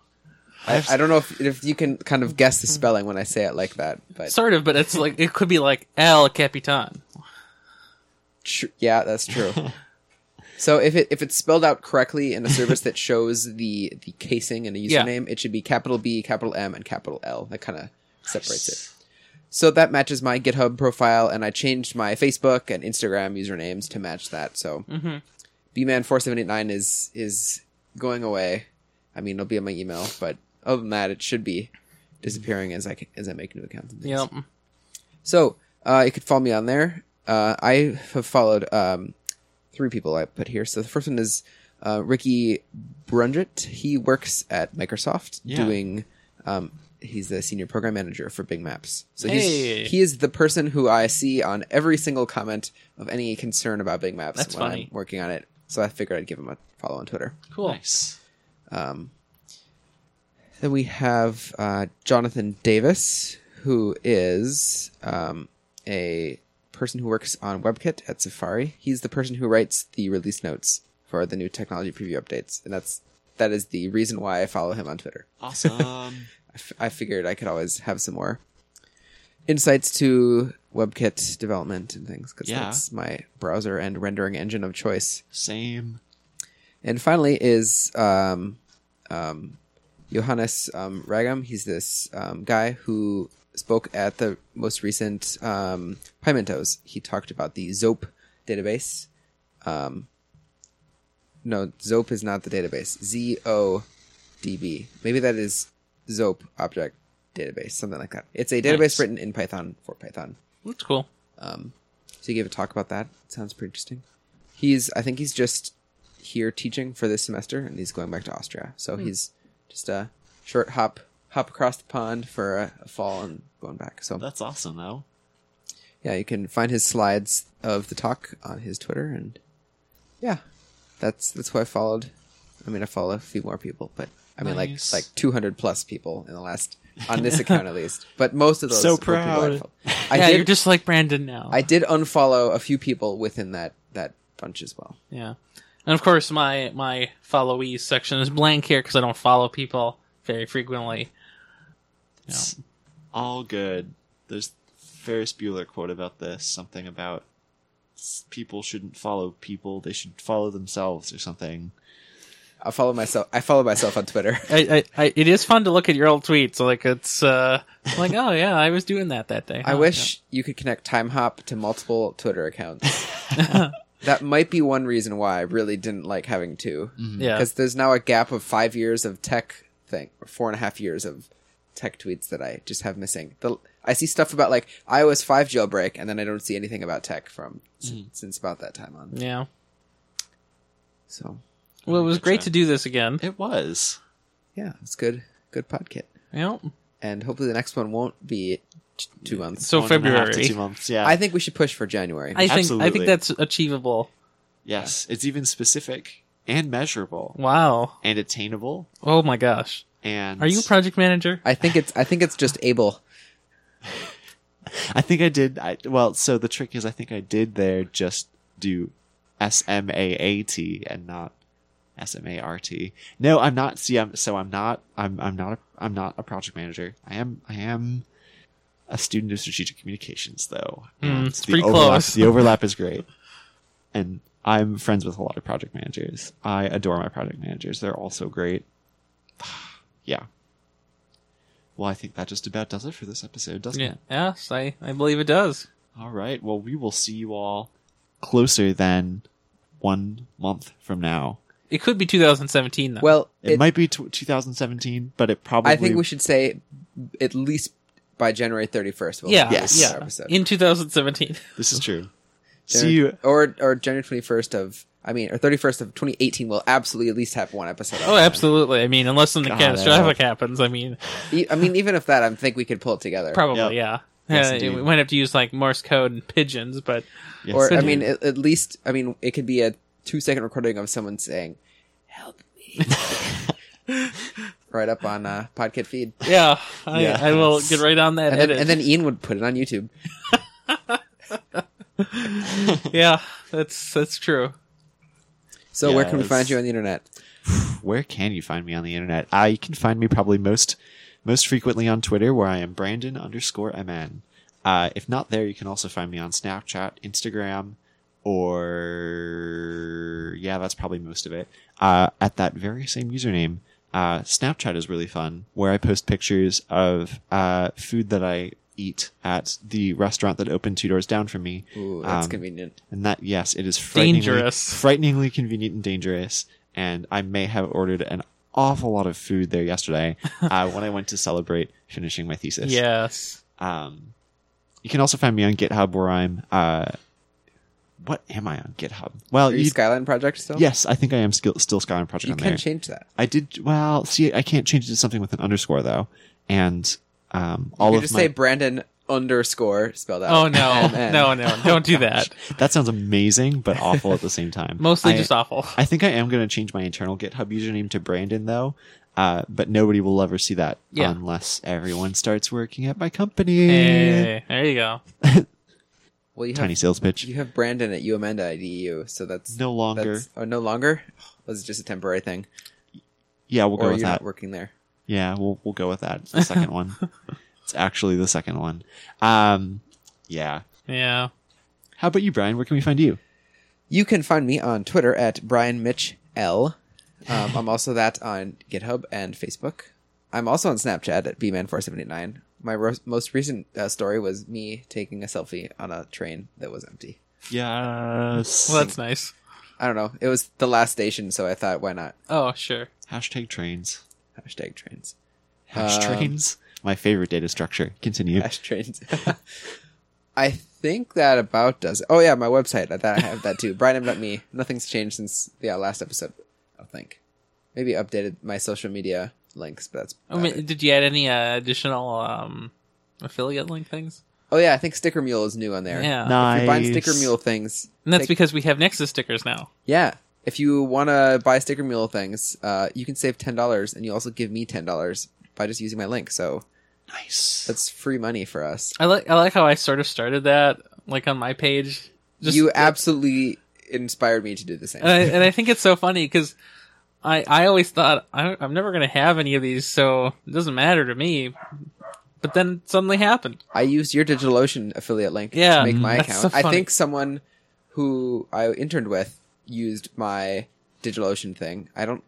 Speaker 2: I, I don't know if, if you can kind of guess the spelling when I say it like that, but
Speaker 3: Sort of, but it's like it could be like El Capitan.
Speaker 2: Tr- yeah, that's true. so if it if it's spelled out correctly in a service that shows the the casing and a
Speaker 3: Yeah.
Speaker 2: username, it should be capital B, capital M, and capital L. That kind of separates it. So that matches my GitHub profile, and I changed my Facebook and Instagram usernames to match that. So bman four seven eight nine is is going away. I mean, it'll be in my email, but other than that, it should be disappearing as I ca- as I make new accounts. and things.
Speaker 3: Yep.
Speaker 2: So uh, you could follow me on there. Uh, I have followed um, three people I put here. So the first one is uh, Ricky Brundget. He works at Microsoft
Speaker 1: Yeah.
Speaker 2: doing. Um, he's the senior program manager for Big Maps. So
Speaker 3: Hey.
Speaker 2: he's he is the person who I see on every single comment of any concern about Big Maps
Speaker 3: That's
Speaker 2: when
Speaker 3: funny.
Speaker 2: I'm working on it. So I figured I'd give him a follow on Twitter.
Speaker 3: Cool.
Speaker 1: Nice.
Speaker 2: Then we have uh, Jonathan Davis, who is um, a person who works on WebKit at Safari. He's the person who writes the release notes for the new technology preview updates, and that's that is the reason why I follow him on Twitter.
Speaker 1: Awesome. (laughs)
Speaker 2: I, f- I figured I could always have some more insights to WebKit development and things because
Speaker 1: Yeah.
Speaker 2: that's my browser and rendering engine of choice.
Speaker 1: Same.
Speaker 2: And finally is um, um, Johannes um, Ragam. He's this um, guy who spoke at the most recent um, Pimentos. He talked about the Zope database. Um, no, Zope is not the database. Z O D B. Maybe that is Zope object database, something like that. It's a database
Speaker 1: Nice.
Speaker 2: written in Python for Python.
Speaker 3: That's cool.
Speaker 2: So he gave a talk about that. sounds pretty interesting. He's I think he's just here teaching for this semester and he's going back to Austria. So
Speaker 1: Hmm.
Speaker 2: he's just a short hop hop across the pond for a, a fall and going back. So
Speaker 1: That's awesome, though.
Speaker 2: yeah, you can find his slides of the talk on his Twitter and yeah. That's that's who I followed. I mean I follow a few more people, but I mean
Speaker 1: Nice.
Speaker 2: like like two hundred plus people in the last on
Speaker 1: (laughs)
Speaker 2: this account at least. But most of those
Speaker 1: So
Speaker 2: were people I
Speaker 1: proud.
Speaker 2: fol- I
Speaker 3: yeah, you're
Speaker 2: did.
Speaker 3: just like Brandon now.
Speaker 2: I did unfollow a few people within that that bunch as well.
Speaker 3: yeah, and of course my my followees section is blank here because I don't follow people very frequently.
Speaker 1: It's all good. There's Ferris Bueller quote about this, something about s- people shouldn't follow people, they should follow themselves or something.
Speaker 2: I follow myself. I follow myself on Twitter. (laughs)
Speaker 3: I, I, I, it is fun to look at your old tweets. Like it's uh, (laughs) like oh yeah, I was doing that that day.
Speaker 2: I
Speaker 3: huh?
Speaker 2: wish you could connect Time Hop to multiple Twitter accounts. that might be one reason why I really didn't like having two. (laughs)
Speaker 3: Yeah.
Speaker 2: Because there's now a gap of five years of tech thing, or four and a half years of tech tweets that I just have missing. The, I see stuff about like iOS 5 jailbreak, and then I don't see anything about tech from s- since about that time on.
Speaker 3: Yeah.
Speaker 2: So,
Speaker 3: Well, it was
Speaker 1: Gotcha.
Speaker 3: great to do this again.
Speaker 1: It was.
Speaker 2: yeah, it's good. Good podkit.
Speaker 3: Yeah.
Speaker 2: And hopefully the next one won't be t- two months.
Speaker 3: So
Speaker 1: One and a half to
Speaker 3: February.
Speaker 1: two months. Yeah.
Speaker 2: I think we should push for January.
Speaker 3: I think I
Speaker 1: Absolutely.
Speaker 3: think that's achievable.
Speaker 1: yes, it's even specific and measurable
Speaker 3: Wow.
Speaker 1: and attainable.
Speaker 3: Oh my gosh.
Speaker 1: And
Speaker 3: Are you a project manager?
Speaker 2: I think it's I think it's just able.
Speaker 1: I think I did. I, well, so the trick is, I think I did there just do S M A A T and not S M A R T. No, I'm not. See, I'm so I'm not. I'm I'm not. A, I'm not a project manager. I am. I am a student of strategic communications, though. and
Speaker 3: Hmm, it's pretty
Speaker 1: overlap,
Speaker 3: close.
Speaker 1: The overlap is great, and I'm friends with a lot of project managers. I adore my project managers. They're all so great. (sighs) yeah. Well, I think that just about does it for this episode, doesn't it?
Speaker 3: Yeah. Yes, I, I believe it does.
Speaker 1: All right. Well, we will see you all closer than one month from now.
Speaker 3: It could be 2017 though.
Speaker 2: Well,
Speaker 1: It,
Speaker 2: it-
Speaker 1: might be t- 2017, but it probably.
Speaker 2: I think we should say at least by January 31st. We'll
Speaker 3: yeah,
Speaker 1: Yes.
Speaker 3: yeah.
Speaker 2: Episode.
Speaker 3: In (laughs) 2017.
Speaker 1: This is true.
Speaker 2: (laughs) January-
Speaker 1: see you.
Speaker 2: or or January 21st of I mean or 31st of 2018. We'll absolutely at least have one episode.
Speaker 3: Oh, absolutely. I mean, unless something
Speaker 1: God,
Speaker 3: catastrophic happens, I mean,
Speaker 2: E- I mean, even if that, I think we could pull it together.
Speaker 3: probably, yeah.
Speaker 1: Yes,
Speaker 3: Uh,
Speaker 1: indeed.
Speaker 3: we might have to use like Morse code and pigeons, but
Speaker 1: Yes,
Speaker 2: or I
Speaker 1: indeed.
Speaker 2: mean, at, at least I mean it could be a two second recording of someone saying, "Help
Speaker 1: (laughs)
Speaker 2: me." right up on uh, Podkit feed,
Speaker 3: yeah, I,
Speaker 1: Yeah.
Speaker 3: I will get right on that
Speaker 2: and then,
Speaker 3: edit.
Speaker 2: and then Ian would put it on YouTube.
Speaker 3: (laughs) yeah, that's that's true.
Speaker 2: So where can we
Speaker 1: Yes.
Speaker 2: find you on the internet?
Speaker 1: where can you find me on the internet? Uh, you can find me probably most most frequently on Twitter, where I am Brandon underscore mn. Uh, if not there, you can also find me on Snapchat, Instagram, or yeah, that's probably most of it. Uh, at that very same username, uh, Snapchat is really fun, where I post pictures of uh, food that I eat at the restaurant that opened two doors down from me.
Speaker 2: Ooh, that's
Speaker 1: Um,
Speaker 2: convenient.
Speaker 1: and that yes, it is frighteningly,
Speaker 3: Dangerous.
Speaker 1: frighteningly convenient and dangerous. And I may have ordered an awful lot of food there
Speaker 3: (laughs)
Speaker 1: yesterday uh, when I went to celebrate finishing my thesis.
Speaker 3: Yes.
Speaker 1: Um, you can also find me on GitHub where I'm. Uh, what am I on GitHub? Well,
Speaker 2: Are you
Speaker 1: you,
Speaker 2: Skyline Project still?
Speaker 1: yes, I think I am still still Skyrim Project
Speaker 2: you
Speaker 1: on
Speaker 2: can
Speaker 1: there.
Speaker 2: change that.
Speaker 1: I did well. See, I can't change it to something with an underscore though, and um, all
Speaker 2: You
Speaker 1: of
Speaker 2: just
Speaker 1: my
Speaker 2: say Brandon underscore spelled out. (laughs)
Speaker 3: Oh no,
Speaker 2: MN.
Speaker 3: no, no! Don't do that.
Speaker 1: that sounds amazing but awful at the same time.
Speaker 3: (laughs) Mostly
Speaker 1: I-
Speaker 3: just
Speaker 2: (laughs)
Speaker 3: awful.
Speaker 1: I think I am going to change my internal GitHub username to Brandon though, uh, but nobody will ever see that
Speaker 3: Yeah.
Speaker 1: unless everyone starts working at my company.
Speaker 2: Eh.
Speaker 3: Hey, Eh, there you go.
Speaker 2: Well, you
Speaker 1: Tiny
Speaker 2: have,
Speaker 1: sales pitch.
Speaker 2: you have Brandon at umn.edu, E so that's
Speaker 1: No longer.
Speaker 2: That's, oh, no longer. Was it just a temporary thing,
Speaker 1: yeah, we'll go
Speaker 2: or
Speaker 1: with
Speaker 2: you're
Speaker 1: that.
Speaker 2: not working there?
Speaker 1: Yeah, we'll we'll go with that. It's the second
Speaker 2: (laughs)
Speaker 1: one. It's actually the second one. Um, yeah.
Speaker 3: Yeah.
Speaker 1: How about you, Brian? Where can we find you?
Speaker 2: You can find me on Twitter at Brian Mitch L. Um, I'm also that on GitHub and Facebook. I'm also on Snapchat at bman479. My ro- most recent uh, story was me taking a selfie on a train that was empty.
Speaker 1: Yes.
Speaker 3: Well, that's nice.
Speaker 2: I don't know. It was the last station, so I thought, why not?
Speaker 3: Oh, sure.
Speaker 1: Hashtag trains.
Speaker 2: Hashtag trains. (laughs)
Speaker 1: Hash
Speaker 2: Um,
Speaker 1: trains. My favorite data structure. Continue.
Speaker 2: Ash trains. (laughs) I think that about does it. Oh yeah, my website. I thought I have that too. BrianM.me. Nothing's changed since yeah last episode. I think maybe updated my social media links, but that's.
Speaker 3: I
Speaker 2: about
Speaker 3: mean,
Speaker 2: it.
Speaker 3: did you add any uh, additional um, affiliate link things?
Speaker 2: oh yeah, I think Sticker Mule is new on there.
Speaker 3: Yeah.
Speaker 1: nice.
Speaker 2: If you're buying Sticker Mule things,
Speaker 3: And that's
Speaker 2: take-
Speaker 3: because we have Nexus stickers now.
Speaker 2: yeah. If you want to buy Sticker Mule things, uh, you can save ten dollars, and you also give me ten dollars by just using my link. So
Speaker 1: Nice.
Speaker 2: That's free money for us.
Speaker 3: I like I like how I sort of started that like on my page. Just,
Speaker 2: you absolutely inspired me to do the same.
Speaker 3: and I, and I think it's so funny because I I always thought I don't, I'm never gonna have any of these, so it doesn't matter to me. But then it suddenly happened.
Speaker 2: I used your DigitalOcean affiliate link
Speaker 3: Yeah,
Speaker 2: to make my
Speaker 3: that's
Speaker 2: account.
Speaker 3: so
Speaker 2: I
Speaker 3: funny.
Speaker 2: think someone who I interned with used my DigitalOcean thing. I don't.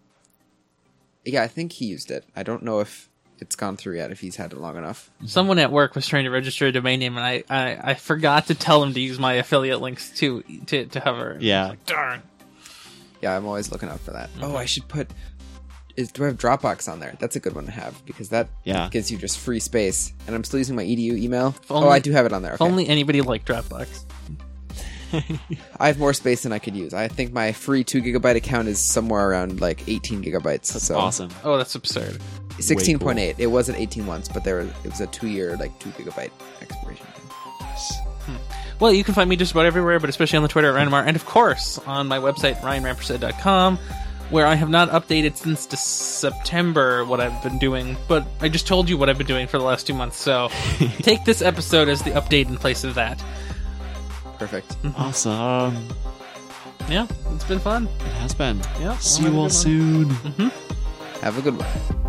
Speaker 2: Yeah, I think he used it. I don't know if it's gone through yet. If he's had it long enough,
Speaker 3: Someone at work was trying to register a domain name, and I, I, I forgot to tell him to use my affiliate links to to to hover.
Speaker 1: yeah.
Speaker 3: Darn.
Speaker 2: yeah, I'm always looking out for that.
Speaker 3: Mm-hmm.
Speaker 2: Oh, I should put. Is, do I have Dropbox on there? That's a good one to have because that
Speaker 1: Yeah.
Speaker 2: gives you just free space. And I'm still using my edu email.
Speaker 3: only-
Speaker 2: oh, I do have it on there.
Speaker 3: If
Speaker 2: okay.
Speaker 3: only anybody liked Dropbox.
Speaker 2: I have more space than I could use. I think my free two gigabyte account is somewhere around like 18 gigabytes. so
Speaker 1: Awesome.
Speaker 3: Oh, that's absurd.
Speaker 2: Sixteen point eight. It was at eighteen once, but there was, it was a two year like two gigabyte expiration. Thing.
Speaker 3: Well, you can find me just about everywhere, but especially on the Twitter at Ryanmar, and of course on my website, ryanrampersad.com, where I have not updated since de- September what I've been doing, but I just told you what I've been doing for the last two
Speaker 1: (laughs)
Speaker 3: months, so take this episode as the update in place of that.
Speaker 2: Perfect.
Speaker 3: Hmm.
Speaker 1: Awesome.
Speaker 3: Yeah, it's been fun.
Speaker 1: It has been.
Speaker 3: Yeah,
Speaker 1: See
Speaker 3: well,
Speaker 1: you all
Speaker 3: have a good
Speaker 1: soon.
Speaker 2: Have a good one.